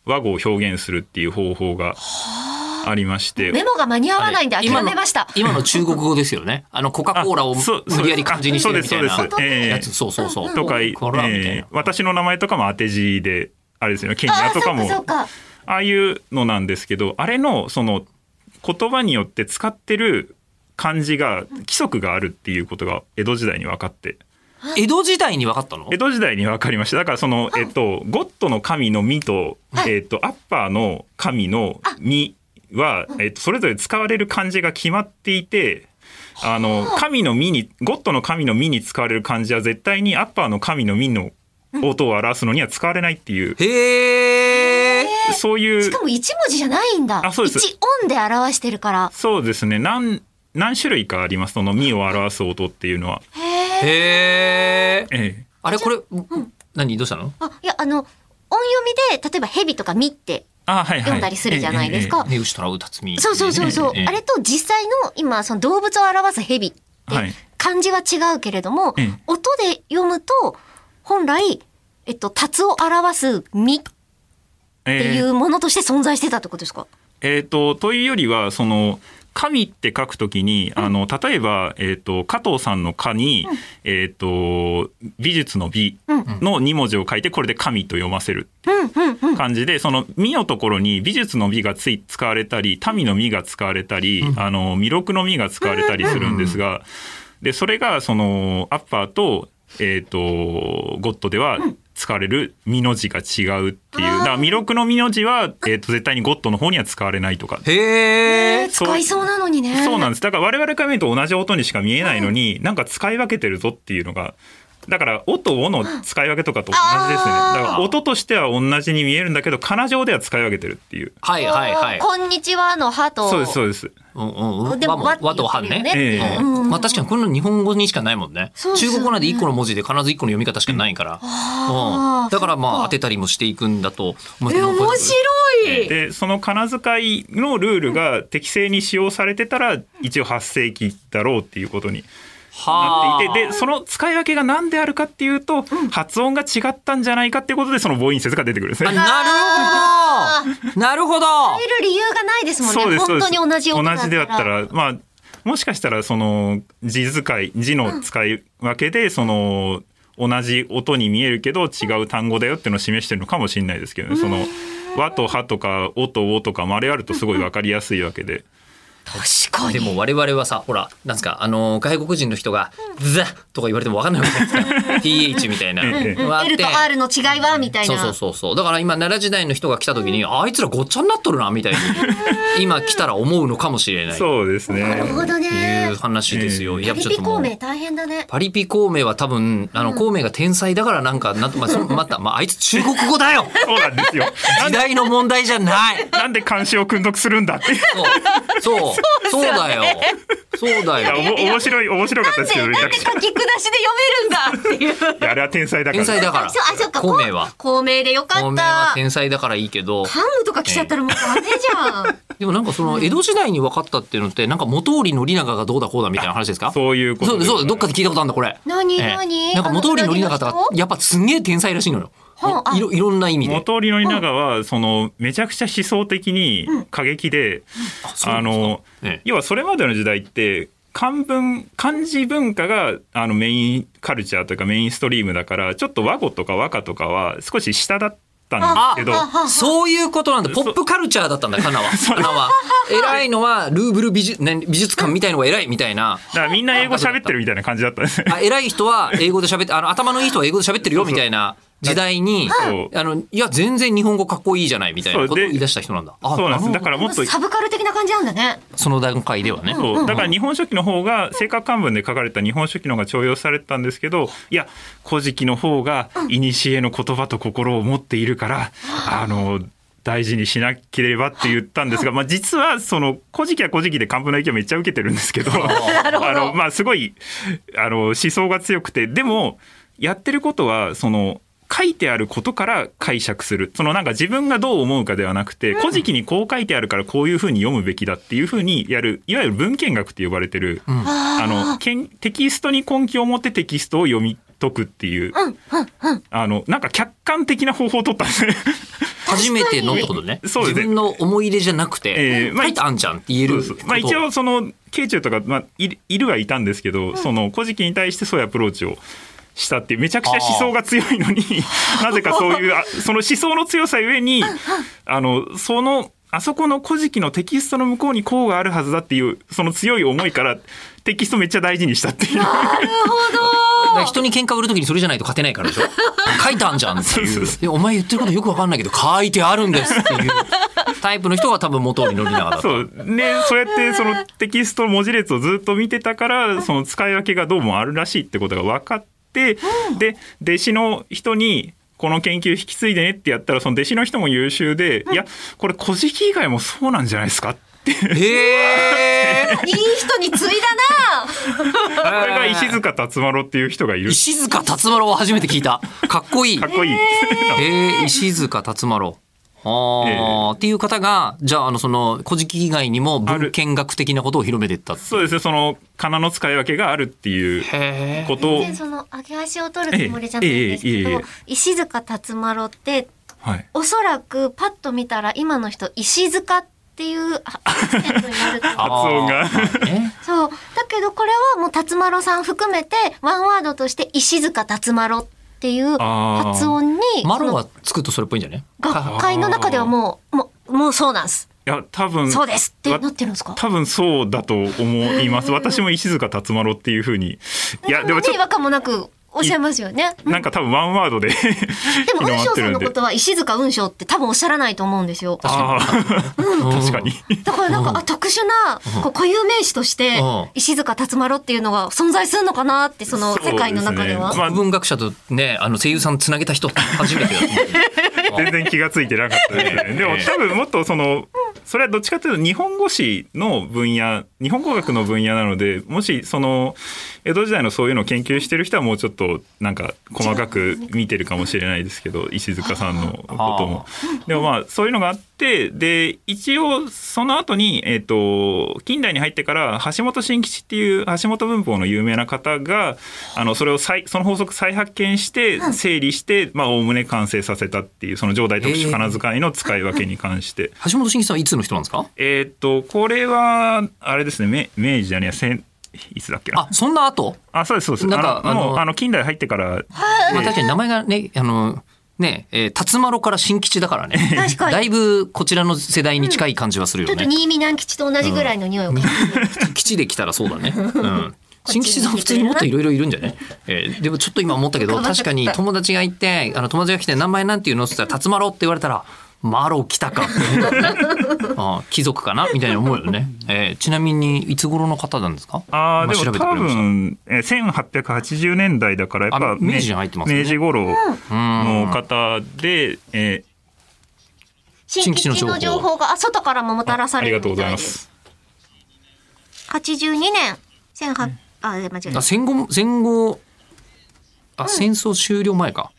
D: 和語を表現するっていう方法がありまして
C: メモが間に合わないんで諦めました
B: 今の中国語ですよね。あの、コカ・コーラを
D: あそうそう
B: 無理やり漢字にしてるみたい
D: あそ
B: な
D: うですそうですええ
B: やつ。そうそうそう。
D: とか、え
B: コーラみたい
D: ー
B: な。
D: 私の名前とかも当て字であれですよねケニ
C: あ
D: ア
C: あそ
D: と
C: う
D: か
C: か
D: も
C: そうか
D: ああいうのなんですけどあれのその言葉によって使ってる漢字が規則があるっていうことが江戸時代に分かって
B: 江戸時代に分かったの
D: 江戸時代に分かりましただからそのえっとゴッドの神の「み」と
C: はい
D: えっとアッパーの神の「み」はえっとそれぞれ使われる漢字が決まっていてあの神の「み」にゴッドの神の「み」に使われる漢字は絶対にアッパーの神の「み」の音を表すのには使われないっていう
B: へえ。
D: そういう
C: しかも一文字じゃないんだ
D: あそうです
C: 一音で表してるから
D: そうですね。何何種類かあります。そのみを表す音っていうのは。
C: へえ
B: へえ。
D: ええ。
B: あれこれ、何どうしたの
C: あいやあの音読みで例えば蛇とかみって
D: あはいはい。
C: 読んだりするじゃないですか
B: ね、牛とらうたつみ。
C: そうそうそうそう
B: ええ
C: あれと実際の今その動物を表す蛇って
D: はい
C: 漢字は違うけれども
D: ええ
C: 音で読むと本来えっと、タツを表す「み」っ
D: ええ
C: て
D: ええ
C: いうものとして存在してたってことですか、
D: えー、とというよりはその「神」って書くときにあの例えば、えー、と加藤さんの「か」に、えー、と美術の「美」の2文字を書いてこれで「神」と読ませる感じでその「美」のところに美術の「美」がつい使われたり民の「美」が使われたりあの弥勒の「美」が使われたりするんですがでそれがそのアッパーと,、えー、とゴッドでは使われる「美」の字が違うっていうだから弥勒の「美」の字は、えー、と絶対にゴッドの方には使われないとか
B: へ
C: え
B: え。
C: ー使いそうなのにね
D: そうなんです。だから我々から見ると同じ音にしか見えないのに、なんか使い分けてるぞっていうのがだから「お」と「お」の使い分けとかと同じですね
C: あー
D: だから音としては同じに見えるんだけどかな上では使い分けてるっていう
B: はいはいはい。
C: こんにちはの歯と。
D: そうですそうです
B: うんうんうん。
C: で
B: 和
C: も
B: も和と半
C: 和って
D: 言ってるよ
B: ね
D: ね。
B: うんまあ確かにこの日本語にしかないもんね。
C: そうです
B: 中国
C: よね
B: 語なんで一個の文字で必ず一個の読み方しかないから。うんだからまあ当てたりもしていくんだと思い
C: え、
B: ます
C: 面白い。
D: でその仮名遣いのルールが適正に使用されてたら一応8世紀だろうっていうことにな
B: は
D: ってい
B: あ。
D: てでその使い分けが何であるかっていうと発音が違ったんじゃないかっていうことでその母音説が出てくるんですね。
B: あなるほど。な
C: 入
B: るほど。
C: る理由がないですもんね。
D: そう
C: 本
D: です
C: 当に同じ音
D: 同じであった。らまあもしかしたらその字遣い字の使い分けでその同じ音に見えるけど違う単語だよっていうのを示してるのかもしれないですけどね。その和と歯とかおとおとかもあれあるとすごい分かりやすいわけで。
C: 確か
B: で
C: に。
B: も我々はさ、ほら、なんですか、あのー、外国人の人が、ザとか言われてもわかんないわけじゃ ないですか。TH みたいな。
D: ええ
B: わーっ
C: L
B: て
C: と R の違いはみたい
B: そう
C: な。
B: そうそうそうだから今奈良時代の人が来た時に、あいつらごっちゃになっとるなみたいに今来たら思うのかもしれないっ
D: そうですね。
C: なるほど
B: てい
C: ね
B: う。話ですよ。いや
C: ピ
B: ちょっ
C: ピ
B: とも
C: 孔
B: う
C: 明大変だね。
B: パリピ孔明は多分あの孔明が天才だからなんかなんとまあそのまたまああいつ中国語だよ
D: そうなんで すよ。
B: 時代の問題じゃない
D: なんで監視を訓読するんだって。い
B: そうそうそうだよそうだ
D: や、お
B: よ
D: も面白い、面白かったですけど、めち
C: な
D: ゃ
C: ん
D: く
C: で
D: ちゃ
C: 書き下しで読めるんだ っていう。
D: いやあれは天才だか
B: 天
D: ら。
B: 才だから
C: そうあ、そっか。
B: 孔明は
C: 孔明でよか
B: 孔
C: っ
B: 明は
C: た。
B: 天才だからいいけど
C: 漢武とか来ちゃったらもうダメじゃん。
B: でもなんかその江戸時代に分かったっていうのってなんか元織宣長がどうだこうだみたいな話ですか
D: そういうこと
B: そうだ
D: です
B: そうだどっかで聞いたことあるんだこれ
C: 何
B: ええ
C: 何
B: なんか元織宣長
C: あ
B: が
C: の
B: やっぱすんげえ天才らしいのよ
C: はあ
B: いろいろんな意味で
D: 元織宣長は、その、めちゃくちゃ思想的に過激で、
B: そうな
D: あ
B: んですか
D: の
B: ええ、
D: 要はそれまでの時代って、漢文、漢字文化が、あの、メインカルチャーというかメインストリームだから、ちょっと和語とか和歌とかは少し下だったんですけど、
B: そういうことなんだポ
D: そう
B: ップカルチャーだったんだカナ はカナは偉いのはルーブル美術,、ね、美術館みたいのが偉いみたいな
D: だからみんな英語喋ってるみたいな感じだったんですね。
B: あ偉い人は英語で喋ってあの頭のいい人は英語で喋ってるよみたいな時代に
D: そう
B: あのいや全然日本語かっこいいじゃないみたいなことを言い出した人なんだあ
D: そうなんです。
B: な
D: だ
B: る
D: からもっと
C: サブカル的な感じなんだね。
B: ほどその段階ではね
D: そうだから日本書紀の方が正確漢文で書かれた日本書紀の方が重用されてたんですけどいや古事記の方が古の言葉と心を持っているから、あの大事にしなければって言ったんですが、まあ、実はその古事記は古事記で漢文の影響めっちゃ受けてるんですけど あの、まあ、すごいあの思想が強くてでもやってることはその。書いてあることから解釈する。そのなんか自分がどう思うかではなくて、古事記にこう書いてあるからこういうふうに読むべきだっていうふうにやる、いわゆる文献学って呼ばれてる、あの、けんテキストに根拠を持ってテキストを読み解くっていう、あの、なんか客観的な方法を取ったんですね。
B: 初めてのってことね
D: そうですね
B: 自分の思い入れじゃなく
D: え
B: て
D: えまあ
B: 書いてあんじゃんって言える
D: そうそうまあ
B: こと
D: 一応その慶中とか、まあ、いいるはいたんですけど、その古事記に対してそういうアプローチをしたっていうめちゃくちゃ思想が強いのに なぜかそういうあその思想の強さゆえにあのそのあそこの古事記のテキストの向こうにこうがあるはずだっていうその強い思いからテキストめっちゃ大事にしたっていう
B: だから人に喧嘩売るときにそれじゃないと勝てないからでし ょ書いてあんじゃんって
D: そう
B: い
D: そううそ
B: でお前言ってることよくわかんないけど書いてあるんですって いうタイプの人が多分元に乗りながらだった
D: そうねそうやってそのテキストの文字列をずっと見てたからその使い分けがどうもあるらしいってことが分かってで弟子の人にこの研究引き継いでねってやったらその弟子の人も優秀でいやこれ古事記以外もそうなんじゃないですかって
B: へえ
C: いい人に継いだな。
D: これが石塚辰丸っていう人がいる
B: 石塚辰丸を初めて聞いたかっこいい
D: かっこいい。
B: へえ石塚辰丸はあ、っていう方がじゃああのその「古事記」以外にも文献学的なことを広めていったって
D: そうですねその仮名の使い分けがあるっていう
B: へえ
D: ことを
C: 全然その上げ足を取るつもりじゃないんですけど、
D: ええええええ
C: 石塚辰丸って
D: はい
C: おそらくパッと見たら今の人石塚っていう あアクセントになると思う
D: 発音が
C: そうだけどこれはもう辰丸さん含めてワンワードとして石塚辰丸っていう
D: あー
C: 発音に
B: マロ
C: その
B: はつくとそれっぽいんじゃね
C: 学会の中ではもうもうもうそうなんす
D: いや多分
C: そうですってなってるんですか
D: 多分そうだと思います。私も石塚辰丸っていうふうに。いや、でもちょっ
C: 違和感もなくおっしゃいますよね。
D: なんか多分ワンワードで
C: でも、
D: 広
C: 雲
D: まっ
C: 章さ
D: てる
C: ん
D: ん
C: の
D: で
C: ことは石塚雲章って多分おっしゃらないと思うんですよ。
D: あー確かに
C: だからなんか、あ特殊なこう固有名詞として
B: うん
C: 石塚辰丸っていうのが存在するのかなってその世界の中では。
D: そうですねまあ
B: 国文学者とね、あの声優さんつなげた人初めてだと思って
D: 全然気がついてなかったです ね。でも多分もっとそのそれはどっちかというと日本語史の分野日本語学の分野なのでもしその江戸時代のそういうのを研究してる人はもうちょっとなんか細かく見てるかもしれないですけど石塚さんのことも。 でもまあそういうのがあってで一応その後にえっ、と近代に入ってから橋本新吉っていう橋本文法の有名な方があのそれを再その法則再発見して整理してまあ概ね完成させたっていうその上代特殊仮名遣いの使い分けに関して。
B: 橋本真一さんはいつの人なんですか
D: えーっとこれはあれですね明明治じゃねえや千いつだっけな
B: あ、そんな後
D: あそうですそうです
B: なんか
D: あのも
B: あ
D: う
B: の
D: あの近代入ってから
B: まあ確かに名前がね、あの、ね、えー、辰丸から新吉だからね。
C: 確かに
B: だいぶこちらの世代に近い感じはする
C: ちょ
B: よ
C: っと
B: ね。
C: 新見南吉と同じぐらいの匂いを嗅ぐ
B: 吉で来たらそうだ ね。うん。
C: っち
B: 新
C: に
B: 吉さん普通にもっといろいろいるんじゃない、えーでもちょっと今思ったけど
C: 浮かばなかっ
B: 確
C: た
B: かに友達がいてあの友達が来て名前なんていうのって言ったら「辰丸」って言われたら「マロ来た か」ああ貴族かなみたいに思うよね、えーちなみにいつ頃の方なんですか
D: あ
B: 今
D: ーで
B: 調
D: も
B: べてく
D: 多
B: れました
D: 分えー1880年代だからやっ
B: あ
D: ぱ
B: 明治に入ってますね
D: 明治頃
B: うん
D: の方で、えー
C: 新
B: 吉の
C: 吉
B: 情報
C: の情報があ外からももたらさ
D: あ
C: れ
D: り
C: る
D: がとう
C: み
D: ござ
C: た
D: い
C: い
D: ま
C: です。
D: す。
C: 82年、1800、あ、間違え
B: あ
C: た。
B: 戦後も戦後あ、戦争終了前か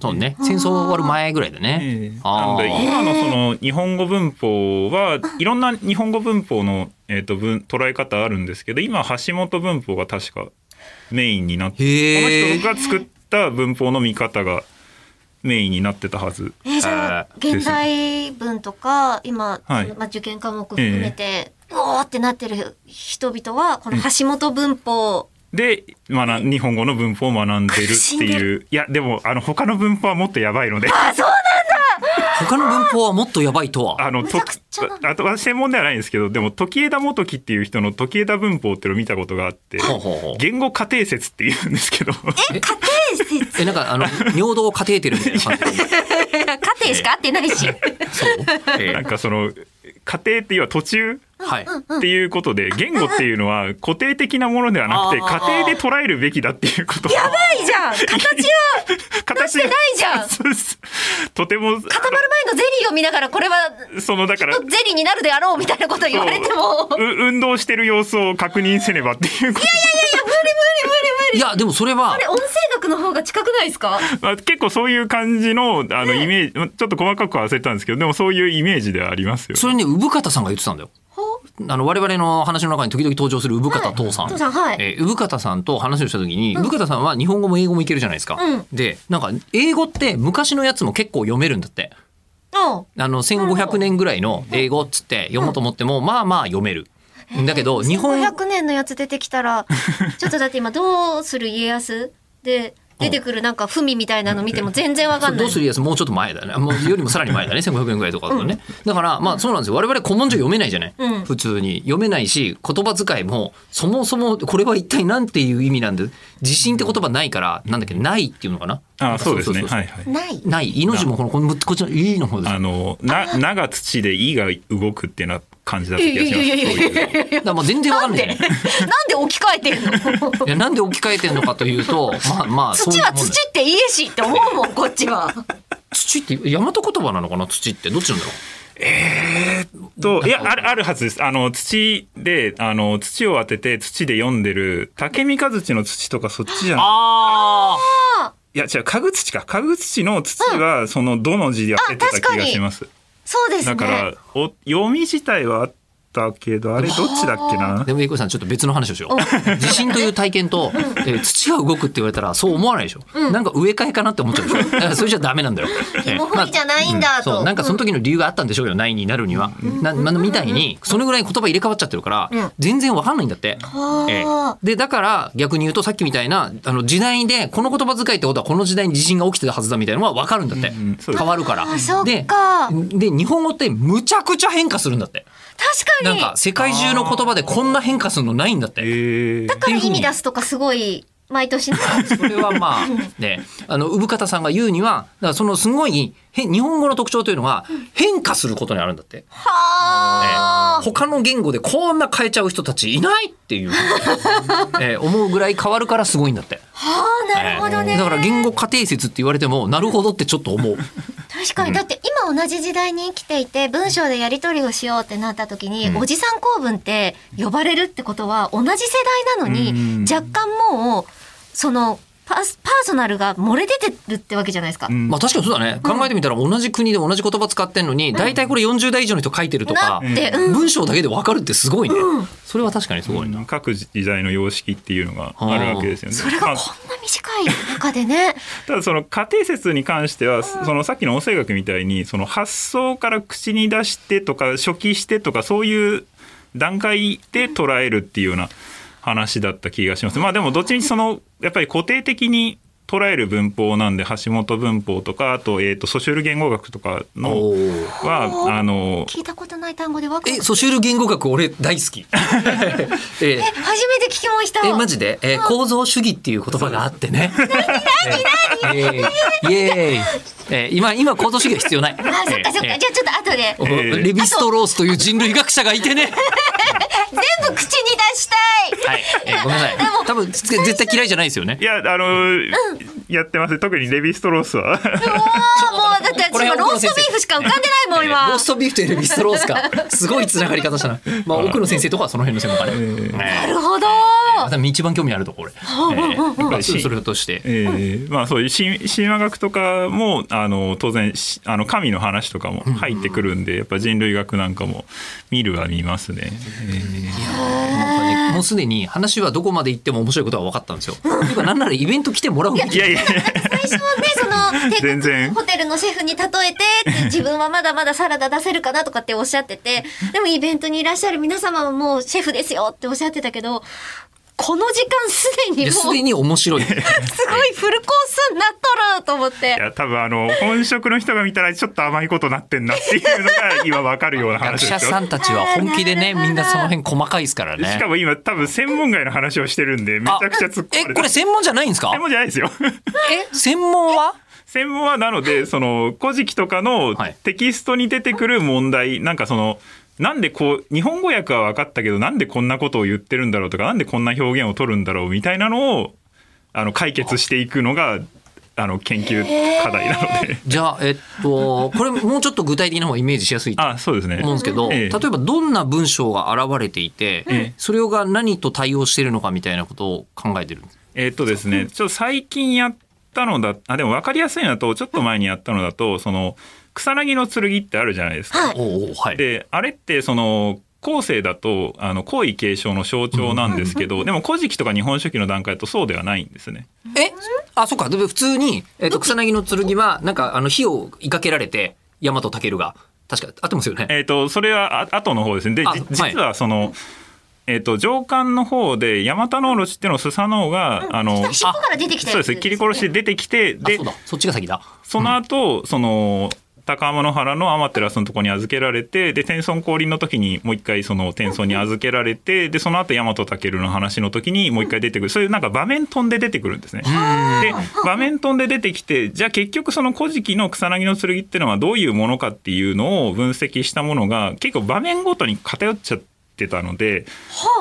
B: そうね戦争終わる前ぐらいだね、
D: ええな
B: あ
D: の
B: あ
D: で今のその日本語文法はいろんな日本語文法の、えー、と文捉え方あるんですけど今橋本文法が確かメインになってこ
B: へえ
D: の人が作った文法の見方がメインになってたはず。
C: えー、じゃあ、
B: あ
D: ー
C: 現代文とか、今、
D: はい
C: まあ、受験科目含めて、うおーってなってる人々は、この橋本文法、
D: で、学ん日本語の文法を学んでるって
C: 苦しんで
D: いう。いや、でも、あの、他の文法はもっとやばいので、
B: 他の文法はもっとやばいとは
D: あの、
C: めち
D: と
C: ゃくちゃな
D: あとは専門ではないんですけど、でも、時枝元樹っていう人の時枝文法っていうのを見たことがあって、
B: ほうほうほう
D: 言語仮定説っていうんですけど、
C: 家庭説、
B: えなんかあの尿道をカテーテルみたいな感じ
C: 家庭しか合ってないし。
B: そう、ええ
D: なんかその、仮定っていうのは途中
B: はい
D: っていうことで、言語っていうのは固定的なものではなくて、
B: あー
D: 仮定で捉えるべきだっていうことを
C: やばいじゃん形は
D: 形
C: してないじゃん
D: そうですとても、
C: 固まる前のゼリーを見ながら、これは、
D: その、だから、
C: ゼリーになるであろうみたいなこと言われても、
D: う運動してる様子を確認せねばっていうこと
B: いやでもそれは
C: これ音声学の方が近くないですか
D: まあ結構そういう感じのあのイメージ、まあちょっと細かくは忘れたんですけどでもそういうイメージではありますよ。
B: それね産方さんが言ってたんだよ
C: ほ
B: あの我々の話の中に時々登場する産方父さん、
C: はい父さんはい
B: えー産方さんと話をした時に、産方さんは日本語も英語もいけるじゃないですか、
C: うん
B: でなんか英語って昔のやつも結構読めるんだって
C: うん。
B: あの1500年ぐらいの英語っつって読もうと思ってもまあまあ読めるだけど日本
C: 500年のやつ出てき たらちょっとだって今「どうする家康」で出てくるなんか文みたいなの見ても全然わかんな
B: ど
C: いう
B: する家康もうちょっと前だねもうよりもさらに 前だね1500年ぐらいとかだとね、だからまあそうなんですよ我々古文書読めないじゃない、
C: うん
B: 普通に読めないし言葉遣いもそもそもこれは一体何ていう意味なんで自信って言葉ないからなんだっけないっていうのかな
D: あそうですね
B: そうそうそう
D: はいはい。
C: ない
B: ない命もこのこのこっちの「い」の方です
D: あのな長が土でいが動くっていうな感じだった気がします。
C: いやいやいやいや
D: そういう
B: だからもう全然わかんないじゃ
C: な
B: なんい
C: で置き換えてんの
B: いやなんで置き換えてんのかというとまあまあそうい
C: 土
B: う
C: は
B: もんだよ
C: 土って言えしって思うもんこっちは
B: 土って大和言葉なのかな土ってどっちなんだろう
D: といやあるあるはずです。あの土であの土を当てて土で読んでる竹三日土の土とかそっちじゃな
B: あ
D: い。いや違う家具土か家具土の土はそのどの字で当ててた気がします。
C: そうですね
D: だからお読み自体はあったけどあれどっちだっけな。
B: でも英子さんちょっと別の話をしよう地震という体験と、えー土が動くって言われたらそう思わないでしょ、なんか植え替えかなって思っちゃうでしょだ からそれじゃダメなんだよ、えー
C: 芋掘りじゃないんだと
B: そうなんかその時の理由があったんでしょうよないになるには、なまあみたいにそのぐらい言葉入れ替わっちゃってるから、
C: うん
B: 全然わかんないんだって、
C: あー
B: ええでだから逆に言うとさっきみたいなあの時代でこの言葉遣いってことはこの時代に地震が起きてたはずだみたいなのはわかるんだって、
D: んそうです
B: 変わるから
C: あそっ
B: で
C: か
B: で日本語ってむちゃくちゃ変化するんだって
C: 確か
B: なん
C: に
B: か世界中の言葉でこんな変化するのないんだって
D: えー
C: だから意味出すとかすごい毎年ね。
B: それ はま あねあの産方さんが言うにはだからそのすごい変日本語の特徴というのは変化することにあるんだって、
C: はあ。
B: 他の言語でこんな変えちゃう人たちいないって いう、えー思うぐらい変わるからすごいんだって、
C: はあ、なるほど
B: え
C: ね。
B: ーだから言語仮定説って言われてもなるほどってちょっと思う。
C: 確かに、だって今同じ時代に生きていて、文章でやり取りをしようってなった時に、おじさん公文って呼ばれるってことは、同じ世代なのに、若干もう、その、パースパーソナルが漏れ出てるってわけじゃないですか。
D: うん
B: まあ確かにそうだね。考えてみたら同じ国で同じ言葉使ってんのに、大体これ40代以上の人書いてるとか、
C: なって、うん。
B: 文章だけでわかるってすごいね。それは確かにすごいな。
D: 各時代の様式っていうのがあるわけですよね。
C: それがこん
D: まあ
C: な短い中で ね。
D: ただその仮定説に関してはそのさっきの音声学みたいにその発想から口に出してとか初期してとかそういう段階で捉えるっていうような話だった気がします。まあでもどっちにそのやっぱり固定的に捉える文法なんで橋本文法とかあとえっとソシュール言語学とかのはあの
C: 聞いたことない単語でワクワ
B: え、
C: ク。
B: ソシュール言語学俺大好 き。え
C: え、初めて聞きました。
B: え、マジで、えー構造主義っていう言葉があってね。何何何イエーイ。イエーイえー今、今構造主義は必要ない。
C: あ、そっかそっか。じ
B: え
C: ゃ
B: ー
C: あちょっと後で。
B: おレヴィストロースという人類学者がいてね。
C: 全部口に出したい。
B: はい、えーごめんなさい。多分、つ絶対嫌いじゃないですよね
D: い。やあのやってます特にレヴィストロースは
C: あもうだって
B: こ
C: 私
B: れ
C: 今ローストビーフしか浮かんでないもん
B: ロ
C: 今
B: ー。ストビーフとエルビストロースか。すごい繋がり方したな。まあ、奥野先生とかはその辺の専門家ね。
C: なるほど。
B: また一番興味あるとこ、俺。えーまあそれそれとして。
D: えーまあそういう神神話学とかもあの当然しあの神の話とかも入ってくるんでやっぱ人類学なんかも見るは見ますね。
B: なんかねもうすでに話はどこまで行っても面白いことは分かったんですよ。今なんならイベント来てもらうべ
D: い
B: き。
D: やいや
C: 最初はねその
D: 全然
C: ホテルのシェフに例えて って自分はまだまだサラダ出せるかなとかっておっしゃっててでもイベントにいらっしゃる皆様はもうシェフですよっておっしゃってたけどこの時間すで
B: い
C: に
B: や
C: もう
B: すでに面 白い。
C: すごいフルコースになっとると思って
D: いや多分あの本職の人が見たらちょっと甘いことなってんなっていうのが今わかるような
B: 学
D: 話
B: 者
D: ですよ
B: さ。んたちは本気でね、
C: なるほど
B: みんなその辺細かいですから
D: し
B: ね
D: か。も今多分専門外の話をしてるんでめち
B: あ
D: ゃくちゃ突っ込まれ
B: え、
D: た
B: これ専門じゃないんですか
D: 専門じゃないですよ。
B: え、専門は
D: 専門はな のでその「古事記」とかの
B: はい
D: テキストに出てくる問題なんかそのなんでこう日本語訳は分かったけどなんでこんなことを言ってるんだろうとかなんでこんな表現を取るんだろうみたいなのをあの解決していくのがあの研究課題なので。
B: じゃあ、えっと、これもうちょっと具体的な方がイメージしやすい
D: あそうですね
B: 思うんですけど、
D: ええ
B: 例えばどんな文章が現れていて、
D: ええ
B: それが何と対応しているのかみたいなことを考えてるんです。
D: えーっとですね、ちょっと最近やったのだ、あ、でも分かりやすいのだと、ちょっと前にやったのだと、その、草薙の剣ってあるじゃないですか。
C: はい
B: おうおうはい。
D: で、あれって、その、後世だと、あの、皇位継承の象徴なんですけど、でも古事記とか日本書紀の段階だとそうではないんですね。
B: え、あ、そうか。で普通に、えっと、草薙の剣は、なんか、あの、火を追いかけられて、大和武が、確か、合ってますよね。
D: えっ、と、それはあ後の方ですね。で、じ
B: あはい
D: 実はその、えっ、と、上官の方で、山田のおろしっていうのをスサノオが、あの、
C: 尻尾から出てきたや
D: そうで
C: つ
D: す切り殺しで出てきて、
B: あ、
D: で
B: そう、だ。そっちが先だ。
D: その後、その高天原の天照のとこに預けられてで天孫降臨の時にもう一回その天孫に預けられてでその後大和武の話の時にもう一回出てくるそういうなんか場面飛んで出てくるんですね。で場面飛んで出てきてじゃあ結局その「古事記」の草薙の剣ってのはどういうものかっていうのを分析したものが結構場面ごとに偏っちゃってたので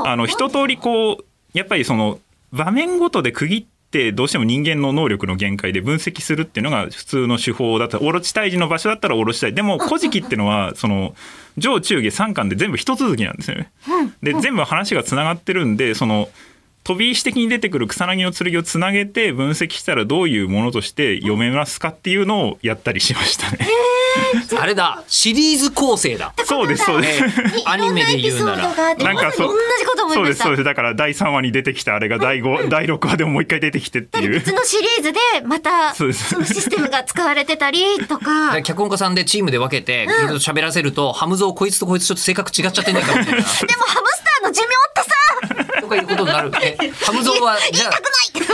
D: あの一通りこうやっぱりその場面ごとで区切ってどうしても人間の能力の限界で分析するっていうのが普通の手法だったオロチ退治の場所だったらオロチ退治でも「古事記」ってのは その上中下三巻で全部一続きなんですよね。で全部話がつながってるんでその飛び石的に出てくる草薙の剣をつなげて分析したらどういうものとして読めますかっていうのをやったりしましたね。
B: あれだ。シリーズ構成だ。
D: そうですそうです。
C: い
B: アニ
C: ろん
B: メ
C: な
B: で
C: エピ
B: 言う
C: ソ
B: な
C: ード
B: ら。
C: があって
D: なんかそう
C: 同じこと思い
D: そう
C: ま
D: で
C: し
D: すそう
C: た
D: ですだから第3話に出てきたあれが第5第6話でももう一回出てきてっていう
C: 別のシリーズでまた
D: そ
C: そうの
D: です
C: システムが使われてたりとか
B: で脚本家さんでチームで分けて、いろいろ喋らせると、ハムゾウこいつとこいつちょっと性格違っちゃってんねえか みたいな。
C: でもハムスターの寿命ってさ、
B: とかいうことになる。えハムゾウは、じゃあ、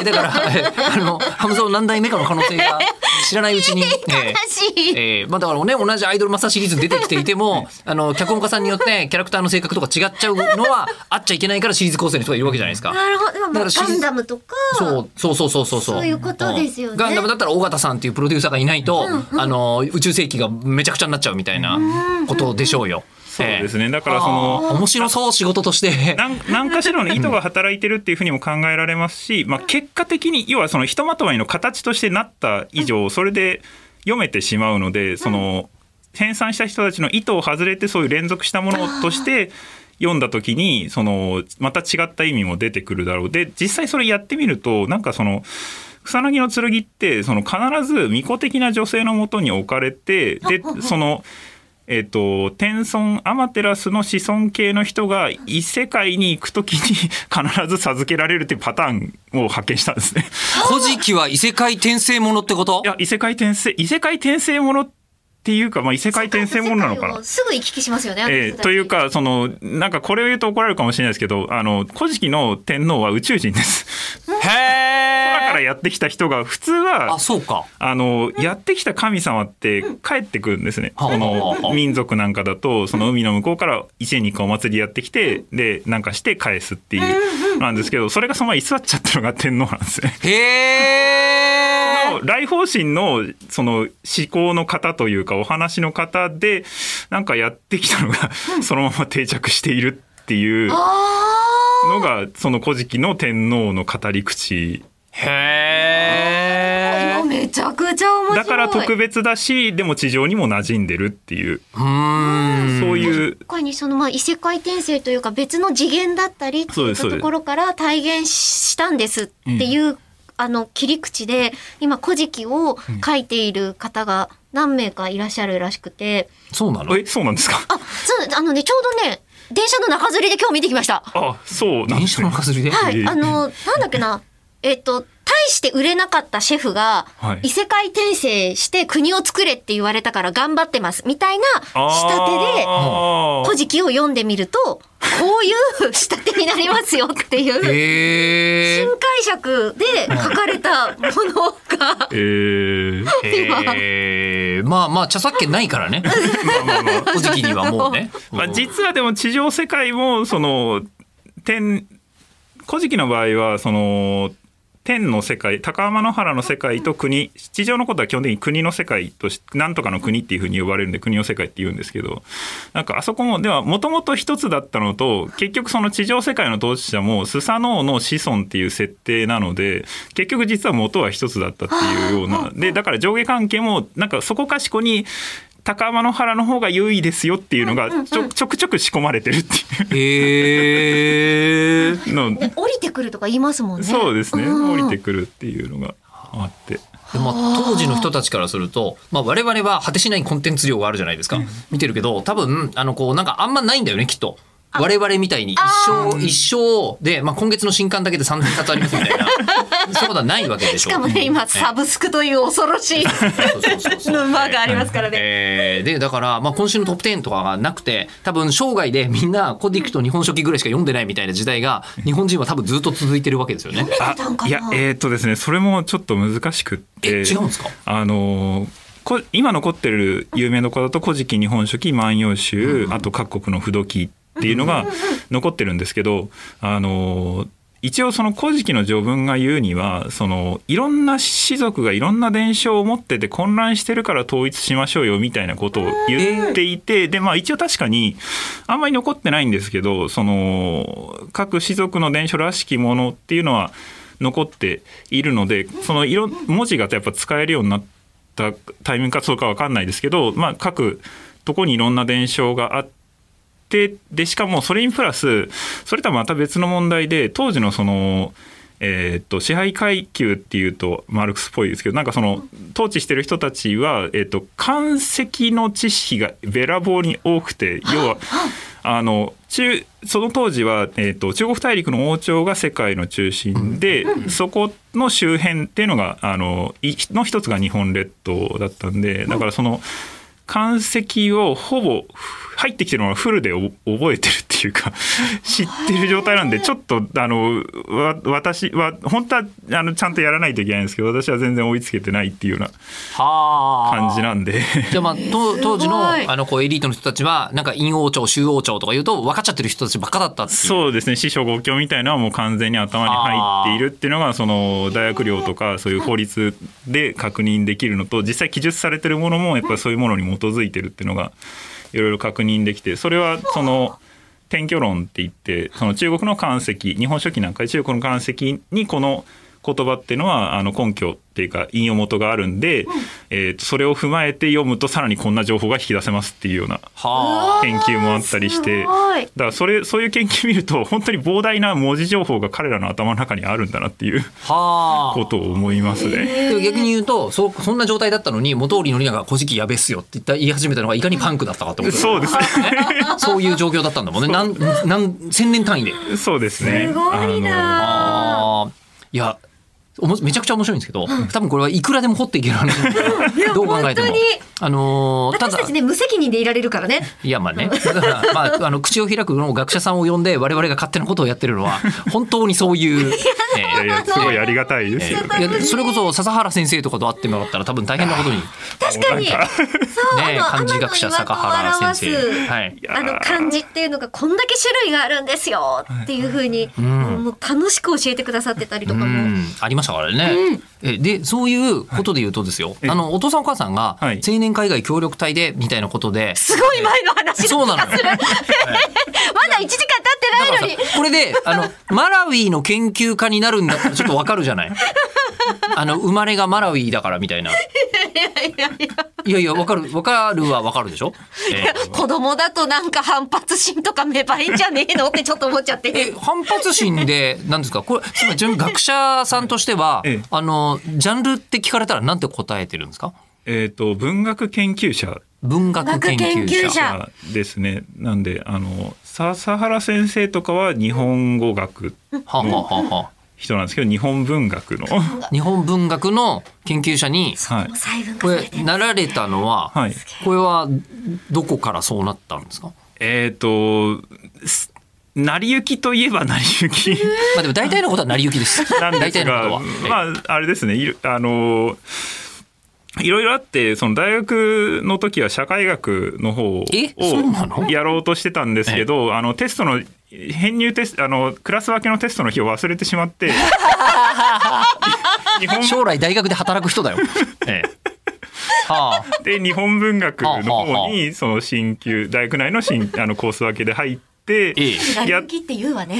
B: えだから、えあの、ハムゾウ何代目かの可能性が知らないうち に。えー
C: 悲しい。
B: えーまあだからね、同じアイドルマスターシリーズに出てきていて も、あの、脚本家さんによってキャラクターの性格とか違っちゃうのは、あっちゃいけないからシリーズ構成の人がいるわけじゃないですか。
C: なるほど。まあ
B: だから
C: ガンダムとか。
B: そうそうそうそうそうそう
C: そういうことですよね
B: ガンダムだったら尾形さんっていうプロデューサーがいないと、あの宇宙世紀がめちゃくちゃになっちゃうみたいなことでしょうよ。
D: そうですね。だ
B: え
D: か
B: え。
D: らその、
B: あー面白そう仕事として。
D: なん何かしらの意図が働いてるっていうふうにも考えられますし、まあ、結果的に要はそのひとまとまりの形としてなった以上それで読めてしまうのでその編纂した人たちの意図を外れてそういう連続したものとして読んだ時にそのまた違った意味も出てくるだろうで実際それやってみるとなんかその。草薙の剣ってその必ず巫女的な女性のもとに置かれてでそのえっと天孫アマテラスの子孫系の人が異世界に行くときに 必ず授けられるっていうパターンを発見したんですね。
B: 古事記は異世界転生ものってこと
D: いや異世界転生異世界転生ものっていうか、まあ、異世界転生ものなのか
C: 世界
D: な
C: を。すぐ行き来しますよね。
D: え
C: 私
D: え
C: たち
D: という。かそのなんかこれを言うと怒られるかもしれないですけどあの古事記の天皇は宇宙人です。空か
B: へ
D: ら
B: え。
D: やってきた人が普通は
B: あそうか。
D: あの、やってきた神様って帰ってくるんですね。
B: はあ
D: こ
B: はあはあ
D: の民族なんかだと、その海の向こうから一年に一回お祭りやってきて、で、なんかして返すっていう、なんですけど、それがそのまま居座っちゃってるのが天皇なんですね。
B: へえ。
D: 来訪神のその思考の方というかお話の方でなんかやってきたのがそのまま定着しているっていうの
C: あ
D: がその古事記の天皇の語り口
B: へえ
C: あ。もう。めちゃくちゃ面白い。
D: だから特別だしでも地上にも馴染んでるっていう
B: うーん。
D: そういう
C: 確かにそのまあ異世界転生というか別の次元だったりって
D: そ
C: い
D: うで
C: う
D: すそうで
C: と
D: す
C: ころから体現したんですっていう、あの切り口で今「古事記」を書いている方が何名かいらっしゃるらしくて
B: そうなの。
D: えそうなんですか
C: あそうあのねちょうどね電車の中吊りで今日見てきました。
D: あ、そうなん
B: 電
D: で
B: 車
D: す
B: の中
D: ね。
B: 吊りで。
C: はい、
D: ええ
C: あの、なんだっけな、えっと、大して売れなかったシェフが
D: はい、
C: 異世界転生して国を作れって言われたから頑張ってます、みたいな仕立てで、
D: あー
C: 古事記を読んでみると、こういう仕立てになりますよって いう、
B: へえ
C: 新。解釈で書かれたものが、
D: えー、
B: へえ。まあまあ著作権ないからね。
D: まあまあまあ、
B: 古事記にはもう ね。
D: まあ、実はでも地上世界もその天古事記の場合はその天の世界高天の原の世界と国地上のことは基本的に国の世界としなんとかの国っていうふうに呼ばれるんで国の世界って言うんですけどなんかあそこもではもともと一つだったのと結局その地上世界の統治者もスサノオの子孫っていう設定なので結局実は元は一つだったっていうようなでだから上下関係もなんかそこかしこに高天の原の方が優位ですよっていうのがちょちょくちょく仕込まれてるって
B: へ
D: い
B: え。
D: うの
C: ね降りてくるとか言いますもんね。
D: そうですね
C: ん
D: 降りてくるっていうのがあって。
B: でまあ、当時の人たちからすると、まあ、我々は果てしないコンテンツ量があるじゃないですか、見てるけど多分あのこうなんかあんまないんだよねきっと。我々みたいに一生一生で、まあ、今月の新刊だけで3冊ありますみ たいなそういうことはないわけでし
C: し
B: ょ
C: かもね、今、サブスクという恐ろしい
B: そうそうそうそう
C: 沼がありますからね。
B: えーでだから、まあ、今週のトップ10とかがなくて多分生涯でみんなコディックと日本書紀ぐらいしか読んでないみたいな時代が日本人は多分ずっと続いてるわけですよね。
C: あったんかない
D: やえっ、とですねそれもちょっと難しくって
B: え違うんですか
D: あのーこ今残ってる有名どころだと「古事記」「日本書紀」「万葉集」あと各国の不土記っていうのが残ってるんですけどあのー一応その古事記の序文が言うにはそのいろんな士族がいろんな伝承を持ってて混乱してるから統一しましょうよみたいなことを言っていてでまあ一応確かにあんまり残ってないんですけどその各士族の伝承らしきものっていうのは残っているのでその色文字がやっぱ使えるようになったタイミングかそうかわかんないですけど、まあ、各とこにいろんな伝承があってでしかもそれにプラスそれとはまた別の問題で当時のその。えーっと支配階級っていうとマルクスっぽいですけどなんかその統治してる人たちは、えーっと漢石の知識がべらぼうに多くて要はあの中その当時は、えー、と中国大陸の王朝が世界の中心で、そこの周辺っていうのがあのいの一つが日本列島だったんでだからその。漢石をほぼ入ってきてるのはフルでお覚えてるっていっていうか知ってる状態なんでちょっとあのわ私は本当はあのちゃんとやらないといけないんですけど私は全然追いつけてないっていうような
B: はあ
D: 感じなんで
B: じゃあまあ、と当時
C: す
B: の
C: ごい
B: あのこうエリートの人たちはなんか陰王朝周王朝とか言うと分かっちゃってる人たちばっかだったっていう
D: そうですね師匠五教みたいなのはもう完全に頭に入っているっていうのがその大学寮とかそういう法律で確認できるのと実際記述されてるものもやっぱりそういうものに基づいてるっていうのがいろいろ確認できてそれはその転居論って言ってその中国の漢石日本書紀なんかで中国の漢石にこの言葉っていうのはあの根拠っていうか引用元があるんで、えーとそれを踏まえて読むとさらにこんな情報が引き出せますっていうような
B: はあ
D: 研究もあったりして
C: すごい
D: だからそれそういう研究見ると本当に膨大な文字情報が彼らの頭の中にあるんだなっていう
B: はあ
D: ことを思いますね。
B: でも逆に言うとそそんな状態だったのに元織のりなが古事記やべっすよって言った言い始めたのがいかにパンクだったかってこと
D: そう です
B: そういう状況だったんだもんねなんなん千年単位で。
D: ね。そうですね。
C: すごいな
D: あ
C: あ
B: あーいやおもめちゃくちゃ面白いんですけど、多分これはいくらでも掘っていける話なんでどう考えても
C: 本当に
B: あのー
C: 私たちね無責任でいられるからね
B: いやまあね、だからまああの口を開くのを学者さんを呼んで我々が勝手なことをやってる のは本当にそういう。え
D: いやいやすごいありがたいで
B: え
D: すよね。
B: いやそれこそ笹原先生とかと会ってもらったら多分大変なことに、ね、
C: 確かにそうあ
B: 漢
C: の
B: 字学者坂原先
C: 天の
B: 生、
C: 岩戸を表す
B: はい、
D: やー
C: あの漢字っていうのがこんだけ種類があるんですよっていうふうに、もう楽しく教えてくださってたりとかも、
B: うんありましたからね、えでそういうことで言うとですよ、あのお父さんお母さんが青
D: はい
B: 年海外協力隊でみたいなことで、
C: すごい前の話
B: そうな
C: な
B: の
C: 気が
B: よ
C: する。まだ1
B: だ
C: 時間経
B: か
C: ってないの
B: ら
C: に
B: さ。これであのマラウィの研究家になるんだったらちょっとわかるじゃないあの生まれがマラウィだからみたいないやいやわかるわかるはわかるでしょ、え
C: 子供だとなんか反発心とか芽生えんじゃねえのってちょっと思っちゃっ
B: ええ
C: て。
B: 反発心でなんですかこれつまりちなみに学者さんとしては、
D: ええ
B: あのジャンルって聞かれたらなんて答えてるんですか
D: えっと文学研究者
B: 文学研究
C: 文学研
B: 者
C: 究者
D: ですね。なんであの笹原先生とかは日本語学
B: はあはあはあは
D: 人なんですけど日本文学の
B: あ日本文学の研究者に
D: はい
C: もう細分
B: こ
C: 化され
B: れ
C: てる
B: なられたのは、
D: はい
B: これはどこからそうなったんですか
D: えっとす成り行きといえば成り行き。
B: まあでも大体のことは成り行きです。
D: なんで
B: 大
D: す
B: 体の
D: が、
B: ことは。
D: まあ、あれですね、いろあの、いろいろあって、その大学の時は社会学の方を
B: えそうなの
D: やろうとしてたんですけど、あの、テストの、編入テスト、あの、クラス分けのテストの日を忘れてしまって、日本
B: 将来大学で働く人 だよ。ええ。はあ。
D: で日本文学の
B: はあは
D: 方
B: あ
D: に、その進級、大学内の進あのコース分けで入って、
B: ええ
C: 成り
D: や
C: 行きって言うわね。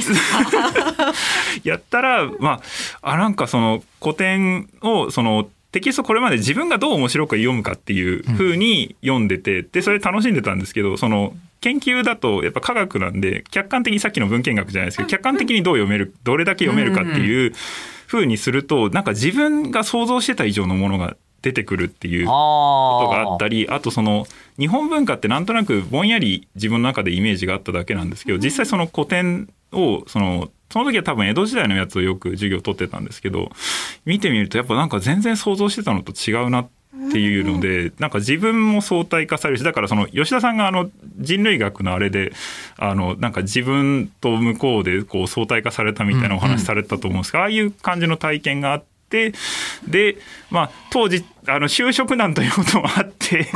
D: やったら、まあ、あなんかその古典をそのテキストこれまで自分がどう面白く読むかっていう風に読んでて、でそれ楽しんでたんですけどその研究だとやっぱ科学なんで客観的にさっきの文献学じゃないですけど客観的にどう読めるどれだけ読めるかっていう風にするとなんか自分が想像してた以上のものが出てくるっていうことがあ
B: あ
D: ったりあとその日本文化ってなんとなくぼんやり自分の中でイメージがあっただけなんですけど実際その古典をそのその時は多分江戸時代のやつをよく授業取ってたんですけど見てみるとやっぱなんか全然想像してたのと違うなっていうのでなんか自分も相対化されるしだからその吉田さんがあの人類学のあれであのなんか自分と向こうでこう相対化されたみたいなお話されたと思うんですが、ああいう感じの体験があって。でで、まあ、当時あの就職難ということもあって、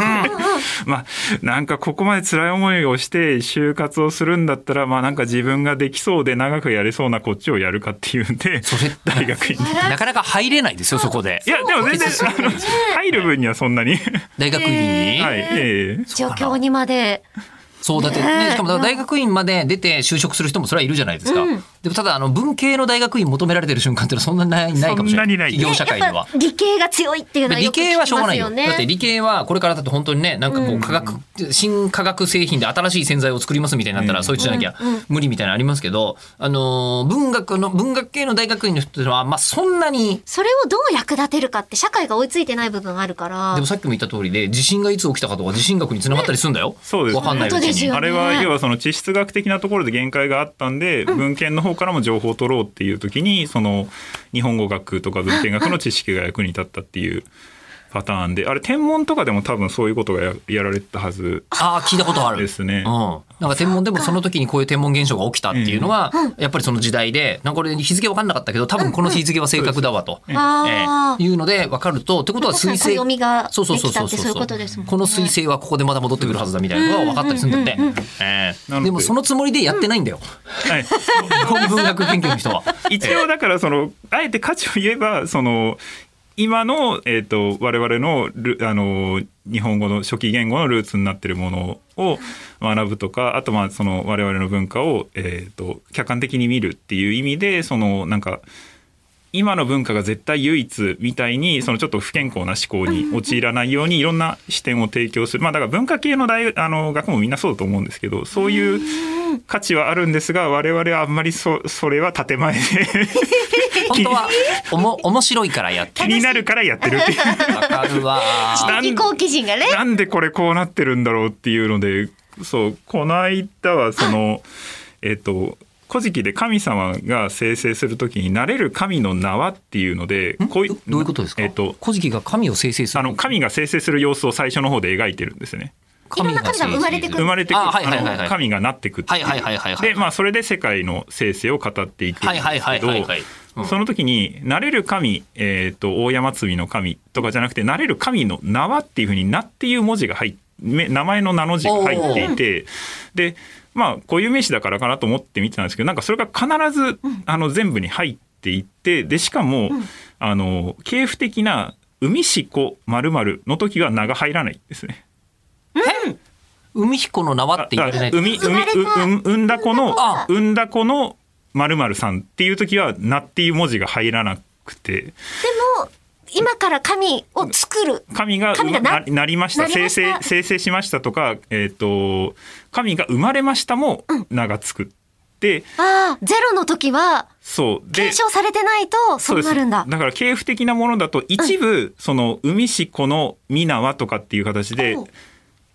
D: まあなんかここまで辛い思いをして就活をするんだったらまあなんか自分ができそうで長くやれそうなこっちをやるかっていうんで
B: それ
D: 大学院に。
B: あ。 なかなか入れないですよそこで
D: い。やでも全然あの入る分にはそんなに、
B: 大学院に。
D: はいええ
C: 状況にまで。
B: そうだって、ね、しかもだから大学院まで出て就職する人もそれはいるじゃないですか。でもただあの文系の大学院求められてる瞬間っていうのはそんなにないないかもしれない。
D: そんなにない
B: 企業社会で
C: や
B: は
C: っ。ぱ理系が強いっていうのは
B: 理
C: よく聞
B: 系
C: き
B: は
C: ま
B: しょうがな
C: す
B: いよ。
C: よね。
B: だって理系はこれからだって本当にね、なんかこう科学、新化学製品で新しい洗剤を作りますみたいになったら、
D: うん
B: そいつじゃなきゃ無理みたいなのありますけど、あのー、文学の、文学系の大学院の人っていうのは、まあそんなに、
C: それをどう役立てるかって社会が追いついてない部分あるから。
B: でもさっきも言った通りで、地震がいつ起きたかとか地震学につながったりするんだよ。
D: そうですね
B: わかんないうち
C: 本当です
B: に
C: よ。
D: あれは
C: ね
D: 要はその地質学的なところで限界があったんで、文献の方からも情報を取ろうっていう時にその日本語学とか文献学の知識が役に立ったっていう。パターンであれ天文とかでも多分そういうことがややられてたはず
B: ああ、聞いたことある。
D: ですね
B: うん。なんか天文でもその時にこういう天文現象が起きたっていうのは、やっぱりその時代で、なんかこれ日付わかんなかったけど、多分この日付は正確だわと。
C: あ
B: ええいうので分かるとってことは水
C: 確かに
B: 星
C: 暦が
B: そうそうそうそう
C: できたってそういうことですもんね
B: この水星はここでまた戻ってくるはずだみたいなのが分かったりするんだって、ええ
D: なので
B: でもそのつもりでやってないんだ よ、
D: はい
B: 日本文学研究の人は。
D: 一応だからそのあえて価値を言えばその今の、えー、と我々のルあの日本語の初期言語のルーツになってるものを学ぶとかあとまあその我々の文化を、えー、と客観的に見るっていう意味でそのなんか今の文化が絶対唯一みたいにそのちょっと不健康な思考に陥らないようにいろんな視点を提供するまあだから文化系の大あの学問みんなそうだと思うんですけどそういう価値はあるんですが我々はあんまりそそれは建前で
B: 本当はおも面白いからやって
D: 気になるからやってる っていう
B: る分かるわ
D: な
C: あ
D: ん
C: 知的好奇心がね
D: なんでこれこうなってるんだろうっていうのでそうこの間はそのえっと「古事記」で神様が生成する時に「なれる神の縄」っていうのでこうい
B: どどういうことですか、
D: えっと
B: 古事記が神を生成する
D: あの神が生成する様子を最初の方で描いてるんですね。
C: いろんな神様
B: 生成
C: 生まれてく
D: 生まれてくる
B: あはいはいはいはい
D: あの神がなってくっていう
B: はいはいはいはいはい
D: でまあそれで世界の生成を語っていくんで
B: はい
D: す
B: は
D: け
B: いはいはいはいうん
D: どその時に「なれる神」えーと「大山積みの神」とかじゃなくて「なれる神の縄」っていうふうに「名っていう文字が入っめ名前の名の字が入っていてでまあ固有名詞だからかなと思って見てたんですけどなんかそれが必ずあの全部に入っていってでしかもあの系譜的な「海しこ〇〇の時は名が入らないんですね。
B: 海彦の縄って言われないと
D: 海
C: 生まれた
D: 産産んだ子の
B: あ
D: 産んだ子のまるさんっていう時は「な」っていう文字が入らなくて
C: でも今から神を作る
D: 神が
C: 神がな
D: ななりました
C: なりま
D: 生
C: した
D: 成生成しましたとか、えー、と神が生まれましたも「名がつくって、
C: ああゼロの時は
D: そうで
C: 検証されてないとそうなるんだ
D: だから系譜的なものだと一部、その海市この皆はとかっていう形で
C: おう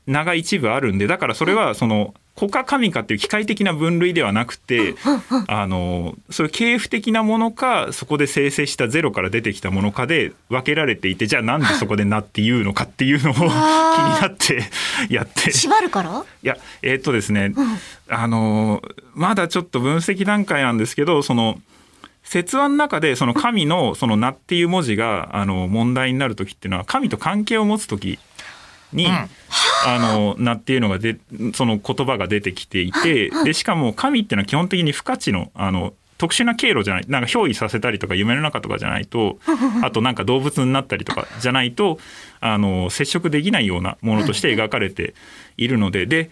D: 名が一部あるんでだからそれはその古か神かっていう機械的な分類ではなくて、あのそういう系譜的なものかそこで生成したゼロから出てきたものかで分けられていてじゃあなんでそこでなっていうのかっていうのを 気になってやって
C: 縛るから
D: いや、えーっとですね、あのーまだちょっと分析段階なんですけど、その、説話の中で、その神の、その名っていう文字が、あの、問題になる時っていうのは、神と関係を持つ時に、
B: ん
D: あの、名っていうのがで、その言葉が出てきていて、で、しかも神っていうのは基本的に不可知の、あの、特殊な経路じゃない、なんか憑依させたりとか夢の中とかじゃない と、あとなんか動物になったりとかじゃないと、あの、接触できないようなものとして描かれているので、で、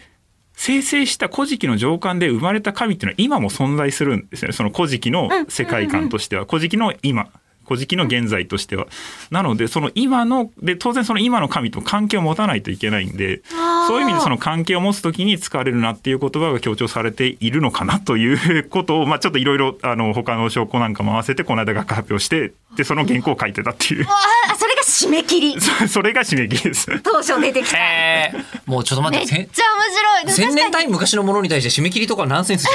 D: 生成した古事記の上巻で生まれた神っていうのは今も存在するんですよね。その古事記の世界観としては、古事記の今、古事記の現在としては。なので、その今の、で、当然その今の神と関係を持たないといけないんで、そういう意味でその関係を持つときに使われるなっていう言葉が強調されているのかなということを、まあちょっといろいろ、あの、他の証拠なんかも合わせて、この間学発表して、で、その原稿を書いてたっていう、
C: ああそれが締め切り
D: そ それが締め切りです。
C: 当初出てきた
B: ええもうちょっと待っ
C: め
B: て
C: っちゃ
B: せ
C: 面
B: ん
C: 白いでも
B: 千年
C: 確か
B: 単位昔のものに対して締め切りとかナンセンスじ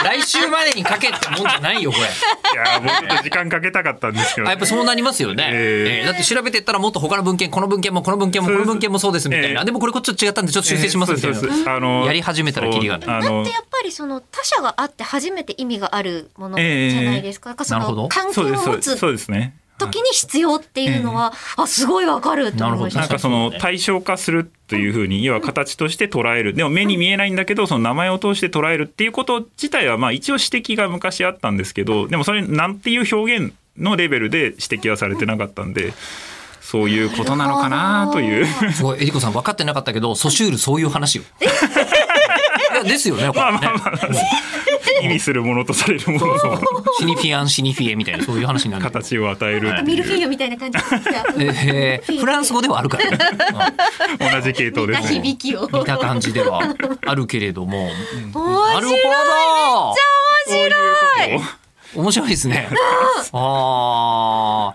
B: ゃ ない来週までに書けってもんじゃないよ これ
D: いやー、もうちょっと時間かけたかったんですけど
B: あやっぱそうなりますよね、
D: え
B: えーだって調べてったらもっと他の文献この文献もこの文献もこの文献もそうですみたいな、
D: えー
B: でもこれこっちょっと違ったんでちょっと修正しますみたいな、
D: えーそうですそうですあの
B: やり始めたらキリがない
D: そうあ
C: にだ
D: の
C: ってやっぱりその他者があって初めて意味があるものじゃないですか,、
B: なる
C: そ
B: ほど
C: の関係
D: そう
C: を
D: ですそう
C: 持
D: です
C: つ
D: そうですね。
C: 時に必要っていうのは、あすごいわかると思いまし
B: な
D: な
B: るほど
C: た
D: んかその対象化するというふうに要は形として捉えるでも目に見えないんだけどその名前を通して捉えるっていうこと自体はまあ一応指摘が昔あったんですけどでもそれなんていう表現のレベルで指摘はされてなかったんでそういうことなのかなという
B: すごいえりこさん分かってなかったけどソシュールそういう話よ いやですよねこれね、
D: 意味するものとされるものの
B: シニフィアンシニフィエみたいなそういう話になる
D: 形を与えるって
C: ミル
D: い
C: フ
D: う
C: ィーユみたいな感じでした
B: えーフランス語ではあるからね、
D: 同じ系統
C: 見
D: で
C: た
D: すね
C: 響。きを
B: うん見た感じではあるけれどもな
C: 面
B: る
C: 白い
B: ほ
D: そういうことを
B: ど面白いです ねああ
C: よ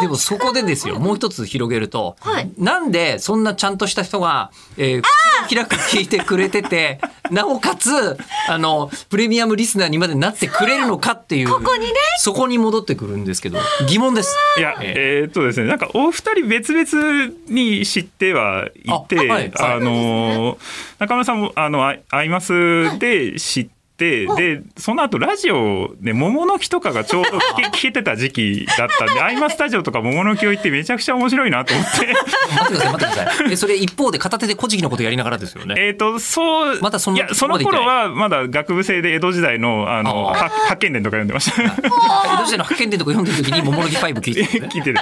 B: でもそこでですよ、もう一つ広げると、
C: はい
B: なんでそんなちゃんとした人が、えー口を開く聞いてくれてて、 なおかつあのプレミアムリスナーにまでなってくれるのかっていう
C: ここにね
B: そこに戻ってくるんですけど疑問です。
D: いや、えーっとですね、なんかお二人別々に知ってはいて、
B: あ
D: あ,、
B: はい
D: の、中村さんも、あの、アアイマスで知って、でその後ラジオで「桃の木」とかがちょうど 聞け聞けてた時期だったんで「アイマスタジオ」とか「桃の木」を行ってめちゃくちゃ面白いなと思 って
B: 待ってください待ってください。えそれ一方で片手で古事記のことやりながらですよね。
D: えっとそう
B: まだその
D: いやそ
B: ま
D: の
B: で行って
D: 頃
B: ない
D: はまだ学部生で江戸時代のあの
B: あー
D: は発見伝とか読んでました。
B: 江戸時代の派遣伝とか読んでる時に「桃の木5」聞いてるんです ね
D: 聞い てる。で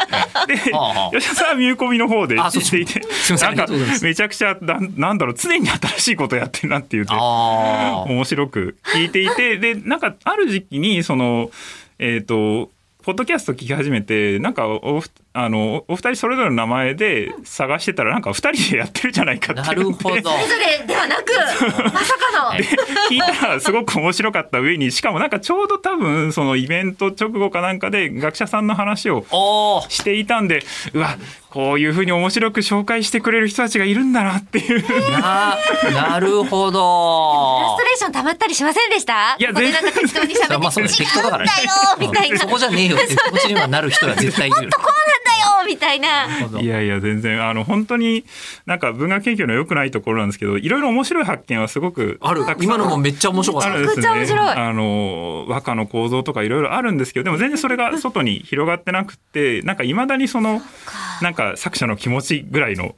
B: あはあ、
D: 吉田さんは見込みの方で
B: あそう
D: 聞
B: そ
D: いうていて
B: すいませんあ、りが
D: なん
B: と
D: か
B: うございます
D: めちゃくちゃなんなんだろう常に新しいことやってるなっていうて
B: あ
D: 面白く聞いてい て、でなんかある時期にそのえっ、とポッドキャスト聞き始めてなんかおふあのおお二人それぞれの名前で探してたらなんか二人でやってるじゃないか
B: あな
D: っていう
B: る
D: の
B: ほ
D: で
B: ど。
C: それぞれではなく、まさかの。
D: 聞いたらすごく面白かった上にしかもなんかちょうど多分そのイベント直後かなんかで学者さんの話を
B: おー
D: していたんでうわこういうふうに面白く紹介してくれる人たちがいるんだなっていう
B: ななるほ
C: フラ
B: ど
C: ス ト。レーション溜まったりしませんでした
D: いや
C: ここで
D: 全
C: なん
D: 然
C: か適当に喋って、
B: まあそれ適当だからね
C: 違うんだよみたいな。
B: そこじゃねえよっていう気持ちにはなる人が絶対いる。
C: だよみたいな。
D: いやいや全然あの本当になんか文学研究の良くないところなんですけどいろいろ面白い発見はすごく
B: ある
D: たくさん
B: 今のもめっちゃ面白か
D: あ
B: った
D: るんです
C: めちゃくちゃ面白い
D: あの和歌の構造とかいろいろあるんですけどでも全然それが外に広がってなくてなんかいまだにそのなんか作者の気持ちぐらいの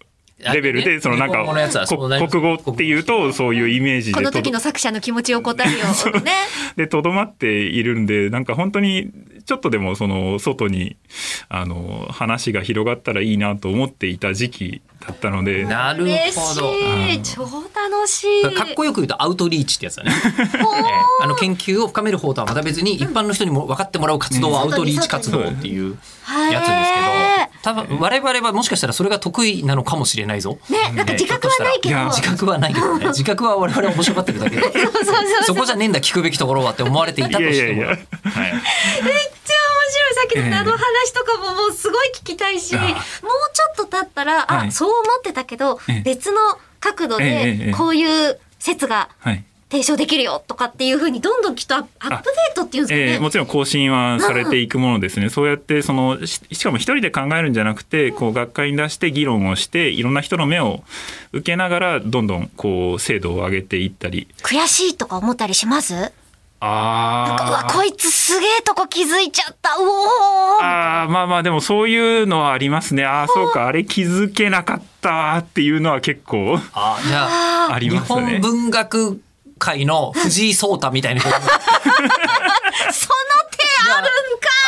D: レベル
B: あ
D: で
B: ね
D: そのなん
B: 日
D: か
B: 本語のやつはそうなり
D: こ
B: ます
D: 国語っていうとそういうイメージで
C: この
D: とど
C: 時の作者の気持ちを答え ようね。
D: でとどまっているんでなんか本当にちょっとでもその外にあの話が広がったらいいなと思っていた時期だったので
B: なる
C: 嬉
B: ほど。
C: しい。超楽しい。
B: かっこよく言うとアウトリーチってやつだね。あの研究を深める方とはまた別に一般の人にも分かってもらう活動はアウトリーチ活動っていうやつですけど、多分我々はもしかしたらそれが得意なのかもしれないぞ。
C: ね、なんか自覚はないけど。
D: いや
B: 自覚はないけどね。自覚は我々は面白がってるだけで。
C: そうそうそう
B: そこじゃねえんだ聞くべきところはって思われていたとしても。
D: いやいやい
B: はい
C: めっちゃ面白いさっきのあの話とかももうすごい聞きたいし、
D: ええ
C: もうちょっと経ったら、
D: は
C: あ
D: い
C: そう思ってたけど、
D: ええ
C: 別の角度
D: えええ
C: で
D: え
C: こういう説が
D: はい
C: 提唱できるよとかっていうふうにどんどんきっとアップアップデートっていうんですかね。
D: ええもちろん更新はされていくものですね、そうやってそのししかも一人で考えるんじゃなくてこう学会に出して議論をしていろんな人の目を受けながらどんどんこう精度を上げていったり
C: 悔しいとか思ったりしますなんかうわ
D: あ
C: こいつすげえとこ気づいちゃったうおー
D: あーまあまあでもそういうのはありますねああそうかあれ気づけなかったっていうのは結構
B: あじゃあ
D: あり
B: 日
D: ます
B: 本
D: ね。
B: 文学界の藤井聡太みたいなこと
C: その手あるんか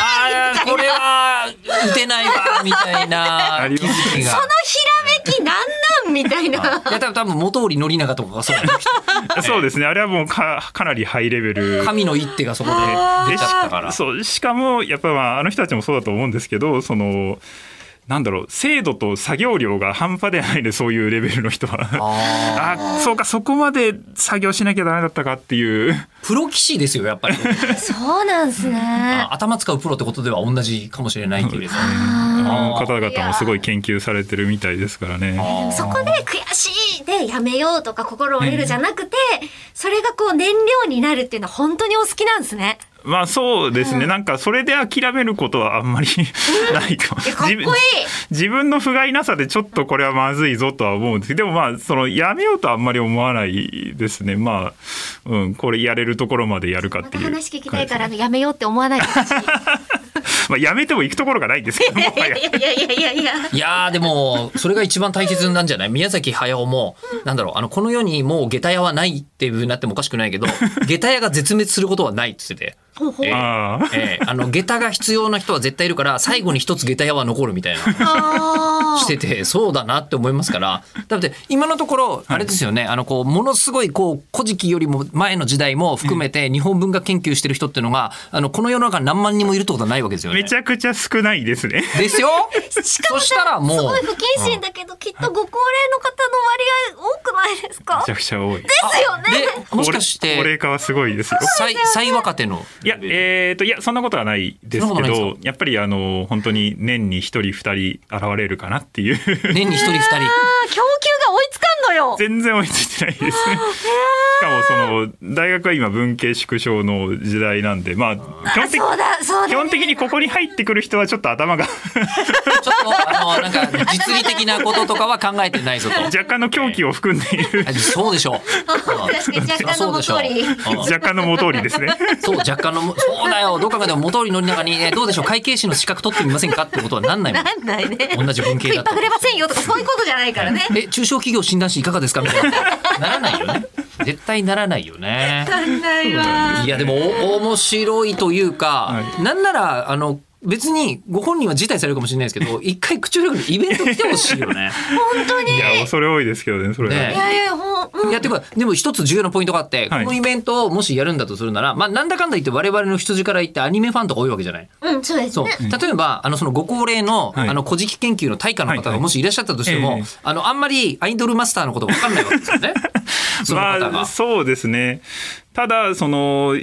B: あーこれは打てないわみたいな気づきが。
C: そのひらめきなんなんみたい な。
B: いや多分多分元織宣長とかがそうなんですよ
D: そうですねあれはもうかかなりハイレベル
B: 神の一手がそこで出ちゃったから。
D: そうしかもやっぱまああの人たちもそうだと思うんですけどそのなんだろう精度と作業量が半端でないでそういうレベルの人は。
B: あー
D: あそうかそこまで作業しなきゃダメだったかっていう
B: プロ棋士ですよやっぱり。
C: そうなんすね。
B: 頭使うプロってことでは同じかもしれないけれど。
D: あの
B: あー
D: 方々もすごい研究されてるみたいですからね。
C: そこで悔しいでやめようとか心折れるじゃなくて、それがこう燃料になるっていうのは本当にお好きなんですね。
D: まあそうですね、なんかそれで諦めることはあんまり ないかも。
C: いやかっこいい
D: 自分自分の不甲斐なさでちょっとこれはまずいぞとは思うんですけどでもまあそのやめようとはあんまり思わないですねまあ、うん、これやれるところまでやるかっ
C: ま
D: て
C: た
D: いう
C: 話聞きたいからあのやめようって思わないでほしい。
D: まあやめても行くところがないんですけど も
C: いや
D: はや
C: いやいやいやいや。
B: いやーでもそれが一番大切なんじゃない宮崎駿もなんだろうあのこの世にもう下駄屋はないっていう風になってもおかしくないけど 下駄屋が絶滅することはないって言ってて。
C: ほうほう
B: えー
D: あー
B: えーあの下駄が必要な人は絶対いる から最後に一つ下駄屋は残るみたいな
C: あ
B: しててそうだなって思いますからだって今のところあれですよね、あのこうものすごいこう「古事記」よりも前の時代も含めて日本文化研究してる人っていうのがあのこの世の中に何万人もいるってことはないわけですよね。
D: めちゃくちゃ少ないですね。
B: ですよ
C: ーしかも
B: そしたらもう
C: すごい不謹慎だけど、きっとご高齢の方の割合多くないですか
D: めちゃくちゃ多い。
C: ですよね。
B: でもしかし
D: 高齢
B: て
D: 化はすごいですよ。
B: 最最若手の
D: いや、えー、と、いや、そんなことはないです
B: そん
D: け
B: なことないん
D: ど、やっぱり、あの、本当に年に一人二人現れるかなっていう。
B: 年に一人二人。
C: 供給が追いつかんのよ。
D: 全然追いついてないですね。 しかもその大学は今文系縮小の時代なんで、まあ基本的
C: そうだ、そうだ、ね。
D: 基本的にここに入ってくる人はちょっと 頭が
B: ちょっとあのなんか実技的なこととかは考えてないぞと。
D: 若干の狂気を含んでいる
B: あそうでしょう。
C: 確かに若干の元通り。
B: うん
D: 若干の元通りですね。
B: そう若干のそうだよどう考えても元通りの中に、えどうでしょう会計士の資格取ってみませんかってことはなんないもん。
C: なんないね。
B: 同じ文系だと
C: 食いっぱぐれませんよと か、そういうことじゃないからね。
B: え中小企業診断士いかがですかみたいなならないよね。絶対ならないよね。
C: なんないわ。
B: いやでもお面白いというか、
D: は
B: なんならあの別にご本人は辞退されるかもしれないですけ ど一回口力のイベント来てほしいよね。
C: 本当に。
D: い
C: い
D: や
C: や
D: 恐れ多いですけどねそれは。
B: ね
C: いや、ほん、うん。
B: いやっていうかでも一つ重要なポイントがあって、
D: はい
B: このイベントをもしやるんだとするなら、まあ、なんだかんだ言って我々の羊から言ってアニメファンとか多いわけじゃない。
C: うん、そうです
B: そう
C: ね。
B: 例えばあのそのご高齢の「
D: はい
B: あの古事記研究」の大家の
D: はい
B: 方
D: は
B: が
D: い
B: もしいらっしゃったとしても、
D: ええ
B: あのあんまりアイドルマスターのこと分かんないわけですよ ね。その方が、
D: まあそうですねただその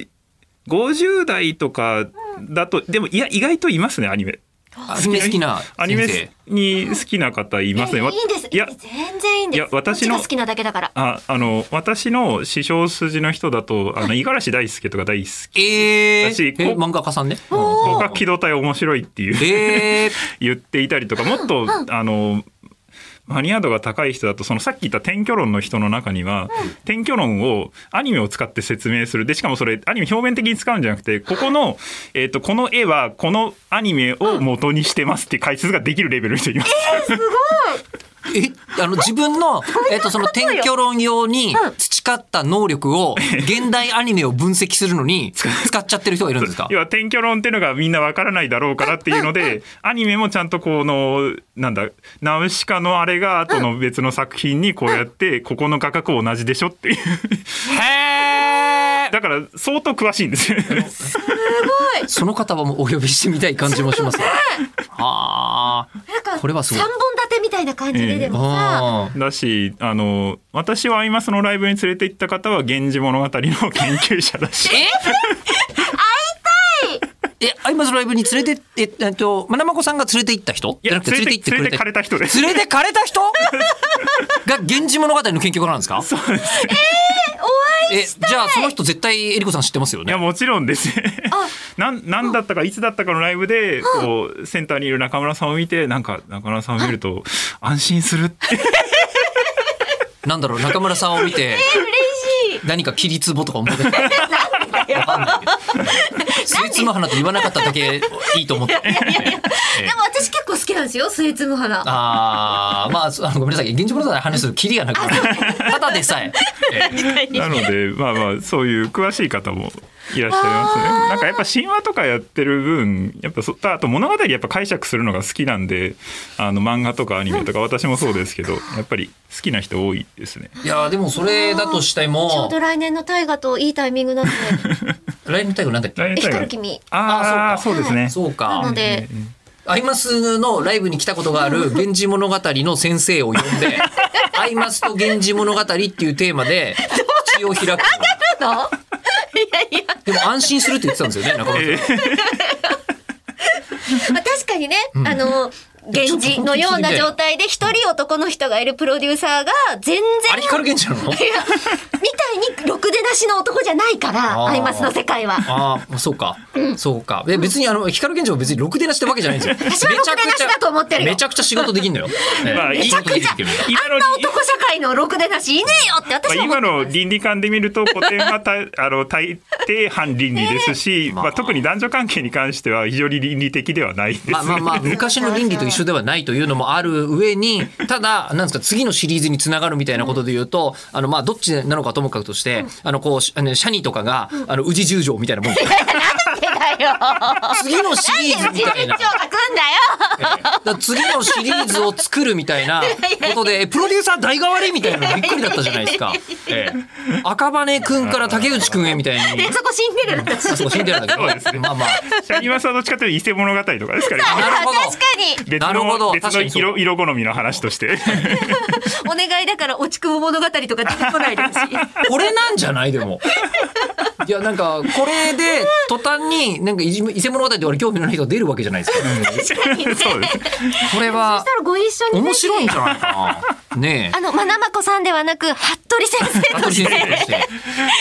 D: 50代とかだとでもいや意外といますねアニメ
B: アニメ好きな
D: アニメ
B: 先生。
D: に好きな方いますね
C: い
D: わ
C: やいいんです。
D: いや
C: 全然いいんです。
D: いや私
C: こ
D: の
C: っちが好きなだけだから。
D: ああの私の師匠筋の人だとあの五十嵐大輔とか大好き
B: え
D: 私
B: ー、え
D: こ
B: 漫画家さんね。
D: 僕は機動隊面白いっていう
B: えー、
D: 言っていたりとかもっとあのマニア度が高い人だとそのさっき言った転居論の人の中には、転居論をアニメを使って説明するでしかもそれアニメ表面的に使うんじゃなくてここの、えー、とこの絵はこのアニメを元にしてますっていう解説ができるレベルの人います。
B: えあの自分の、えっと、その転居論用に
C: うん
B: 培った能力を現代アニメを分析するのに使っちゃってる人がいるんですか
D: 要は転居論っていうのがみんなわからないだろうからっていうの でアニメもちゃんとこのなんだナウシカのあれが後の別の作品にこうや ってここの画角同じでしょっていう
B: へー
D: だから相当詳しいんですよ。
B: その方はもうお呼びしてみたい感じもしますあー
C: なんか、
B: これはすごい
C: 三本立てみたいな感じ
D: え
C: で
D: え
C: でもさ。
B: あー
D: だしあの私をアイマスのライブに連れて行った方は「源氏物語」の研究者だ し
B: えアイマズライブに連れてええっとまなまこさんが連れて行った人
D: い
B: じゃ
D: や
B: なくて連れて行ってくれ
D: 連れて連れて
B: た
D: かれた人です
B: 連れてかれた人 が「源氏物語」の研究家なんですかそうですえじゃあその人絶対えりこさん知ってますよ
D: い
B: ね
D: やもちろんですね なんなんだったかいつだったかのライブでこうセンターにいる中村さんを見てなんか中村さんを見ると安心するって
B: なんだろう中村さんを見て
C: 嬉しい。
B: 何か切りつぼとか思って た。わかんないけどスイーツの花と言わなかっただけいいと思って。
C: でも私結構好きなんですよ、スイーツの花。
B: ああ、まあ、あのごめんなさい、現地物語の話するとキリがなくなる。ただでさえ。
D: なのでまあまあそういう詳しい方もいらっしゃいますね。なんかやっぱ神話とかやってる分やっぱそあと物語やっぱ解釈するのが好きなんであの漫画とかアニメとか私もそうですけどやっぱり好きな人多いですね。
B: いやー、でも、それだとして
C: ちょう
B: も
C: ど、来年の大河といいタイミングなんで、
B: ライブタイムなんだっけ。
D: 来年大
C: 光る
D: 河
C: 君。
D: あ
B: あ
D: あ
B: そ
D: そうう
B: か
D: ですね。
B: そう
C: なの
B: か。
C: で、
B: アイマスのライブに来たことがあ る源氏物語の先生を呼んで。アイマスと源氏物語っていうテーマで、口を開く。
C: どうなのいやいや、
B: でも、安心するって言ってたんですよね、中村さん。
D: え ー
C: まあ、確かにね、あの、源氏のような状態で一人男の人がいるプロデューサーが全然
B: あれ、光源氏なの。
C: いやみたいにろくでなしの男じゃないから
B: あー
C: アイマスの世界は。
B: ああ、そうか。そうか。で、別にあの、光源氏も別にろくでなしってわけじゃないんですよ。め
C: 私はろくでなしだと思ってるよ
B: めちゃくちゃ仕事できんのよ。ええ
D: まあ
B: いい
D: めちゃくちゃ
B: いいですけど
D: 今の
C: あんな男社会のろくでなしいねえよって
D: まあ
C: 私は思っ
D: 今
C: て
D: の
C: ます
D: 倫理観で見ると古典はたあの大抵反倫理ですし、まあ、特に男女関係に関しては非常に倫理的ではないですね。
B: まあまあま あ、昔の倫理と一緒ではないというのもある上に、ただ、なんですか、次のシリーズにつながるみたいなことで言うと、あの、まあ、どっちなのかともかくとして、あの、こうし、あのシャニとかが、あの、宇治十条みたいなもん。
C: なんでだよ。
B: 次のシリーズみたいな。
C: 書くんだ
B: だ
C: よ。
B: から次のシリーズを作るみたいなことで、プロデューサー代替わりみたいなのびっくりだったじゃないですか。ええ赤羽くんから竹内くんへみたいに。
C: でそこシンデレラだし。
B: あそこ死んでるんだ
D: そうで
B: け
D: す
B: ど、
D: ね
B: まあまあ。
D: シャニマスはどっちかというと偽物語とかですから、ね、
B: なるほど
C: 確かに
D: 別
B: なるほど
D: の別
B: 確か
D: の
B: にそう
D: 色色好みの話として。
C: お願いだから落ちくぼ物語とか出てこないでほし い。
B: これなんじゃないでも。いやなんかこれで途端になんかいじめ伊勢物語で俺興味のない人が出るわけじゃないですか。
D: そうです。
B: これは
C: したらご一緒にぜひ
B: 面白いんじゃないかな。ね
C: あの、まなまこさんではなく、服部先生
B: え。
C: として、ぜ
B: して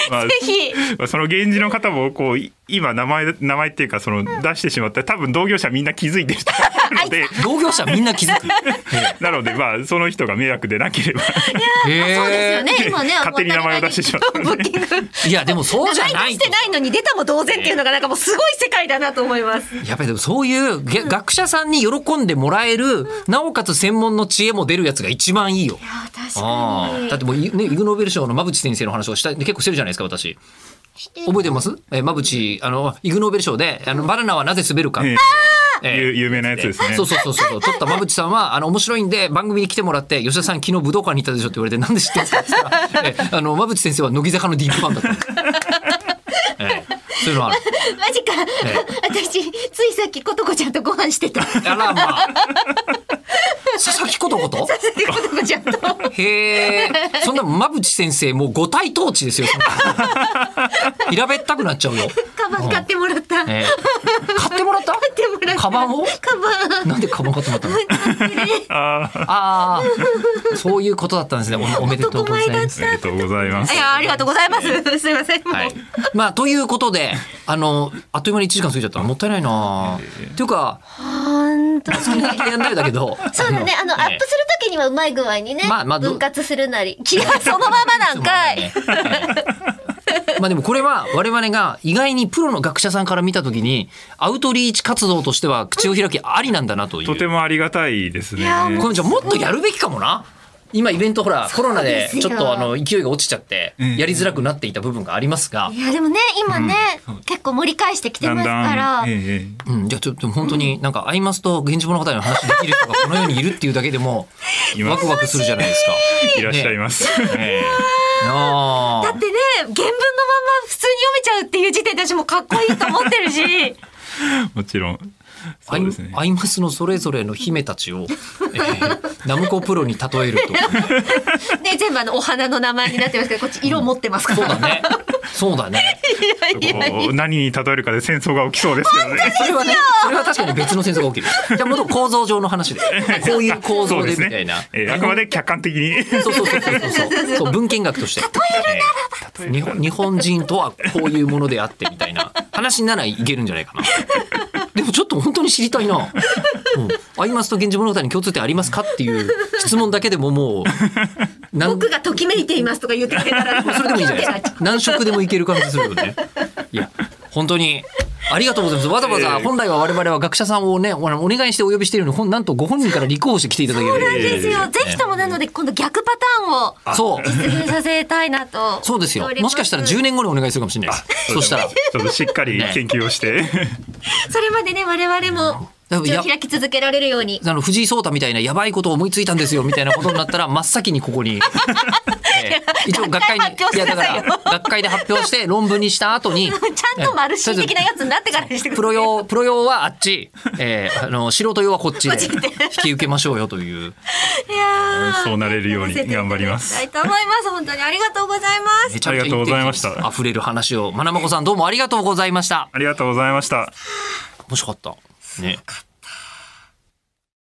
D: まあ
C: ひ。
D: まあその源氏の方もこうい今名前名前っていうかその出してしまったら多分同業者みんな気づいてると思う ので
B: 同業者みんな気づく。
D: なのでまあその人が迷惑でなければ
B: へー
C: そうですよね、今ね、
D: 勝手に名前を出してし まった
C: ブ
D: の
C: ッキング。
B: いやでもそうじゃ
C: 名
B: な
C: 前
B: い
C: 出
B: と
C: して。ないのに出たも同然っていうのがなんかもうすごい世界だなと思います。
B: やっぱりでもそういうげ学者さんに喜んでもらえる、なおかつ専門の知恵も出るやつが一番いいよ。
C: いや確
B: ああだってもういねイグノーベル賞の馬淵先生の話をしたい結構してるじゃないですか私覚えてますえ馬淵あのイグノーベル賞であのバナナはなぜ滑るか、
D: え
B: え
D: え
B: ー
D: 有有名なやつですね
B: そうそうそうそう。取った馬淵さんは、あの、面白いん で、番組に来てもらって、吉田さん昨日武道館に行ったでしょって言われて、なんで知ってるんですかって言ったら えあの、馬淵先生は乃木坂のディープファンだった んです。ええそういうのある。
C: マジか、
B: ええ
C: 私ついさっきことこちゃんとご飯し てた
B: あら、まあ。佐々木ことこと
C: ことこちゃんと
B: へえ。そんな馬淵先生、もう五体統治ですよ。そんな平べったくなっちゃうよ。
C: カバン買ってもらった、
B: ええ買ってもらった
C: 買ってもらった
B: カバンを
C: カバン
B: なんでカバン買ってもらったの
D: あー
B: ああ、そういうことだったんですね。おおめでとうございます。
D: ありがとうございます
C: いやありがとうございますすいませんもう、
B: はい、まあということであのあっという間に1時間過ぎちゃったらもったいないなっていうか
C: 本当
B: そんなやんないだけど
C: そうだねあの、アップ
B: え
C: するときにはうまい具合にね、
B: まあまあど
C: 分割するな りいやそのままなんかい
B: えまあでもこれは我々が意外にプロの学者さんから見た時にアウトリーチ活動としては口を開きありなんだなという。
D: とてもありがたいですね
C: いやー
B: これじゃあもっとやるべきかもな。今イベントほらコロナで
C: そうです
B: ち
C: よ
B: ょっとあの勢いが落ちちゃってやりづらくなっていた部分がありますが、
C: いやでもね今ね、結構盛り返してきて
D: だん
C: ますから
D: だん、えええ
B: うん、じゃあちょっと本当になんかアイマスと現地物語の話できる人がこの世にいるっていうだけでも
D: えいま
B: ワク
D: す
B: ワクするじゃないですか。
D: いらっしゃいます、え
B: あ
C: だっ
B: あ。
C: てね原文のまま普通に読めちゃうっていう時点で私もうかっこいいと思って るし
D: え もちろん
B: ア
D: そ
B: イ
D: うですね
B: アイマスのそれぞれの姫たちを、えーナムコプロに例えると。
C: ね全部あのお花の名前になってますけどこっち色持ってますから、
B: そうだね。そうだね。
C: いやいやい
D: こう何に例えるかで戦争が起きそうですよね
B: それはね、それは確かに別の戦争が 起きる。じゃあ、もっと構造上の話で。こういう構
D: そ
B: 造
D: う
B: で
D: で
B: み
D: す
B: たい
D: ね
B: な。、
D: ええあくまで客観的に
B: そうそうそうそうそう。そう文献学として。えー日本日本人とはこういうものであってみたいな話ならいけるんじゃないかな。でもちょっと本当に知りたいな。うん、アイマスと源氏物語に共通点ありますかっていう質問だけでももう、 なん
C: 僕がときめいていますとか言ってくれたら
B: それでもいいじゃないですか。何色でもいける感じするよね。いや、本当に。ありがとうございます。わざわざ、
D: ええ
B: 本来は我々は学者さんをね、おお願いしてお呼びしているのに、ほんなんとご本人から立候補して来ていただけ
C: そうなん
B: る。
C: ですよ、ぜひともなので今度逆パターンを
B: そう。
C: 実現させたいな と
B: そうですよ
C: 思ってお。りま
B: もしかしたら10年後にお願いするかもしれないです。 そしたら。
D: ちょっとしっかり研究をして、
C: それまでね我々も
B: でもい
C: 口
B: や
C: を開き続けられるように
B: あの藤井聡太みたいなやばいことを思いついたんですよみたいなことになったら真っ先にここ に、ええ一応学会に
C: 学会発表してくださいよ
B: やだから学会で発表して論文にした後に
C: ちゃんとマルシー的なやつになってからにしてく
B: プロ
C: ださい
B: 用プロ用はあっち、ええあの素人用はこっちで
C: こっちで
B: 引き受けましょうよという
C: いやー
D: そうなれるように頑張ります
C: やらせていただきたいと思います本当にありがとうございます
B: めちゃめちゃ
D: ありがとうございました
B: 溢れる話をまなまこさんどうもありがとうございました
D: ありがとうございました
B: 面白かったね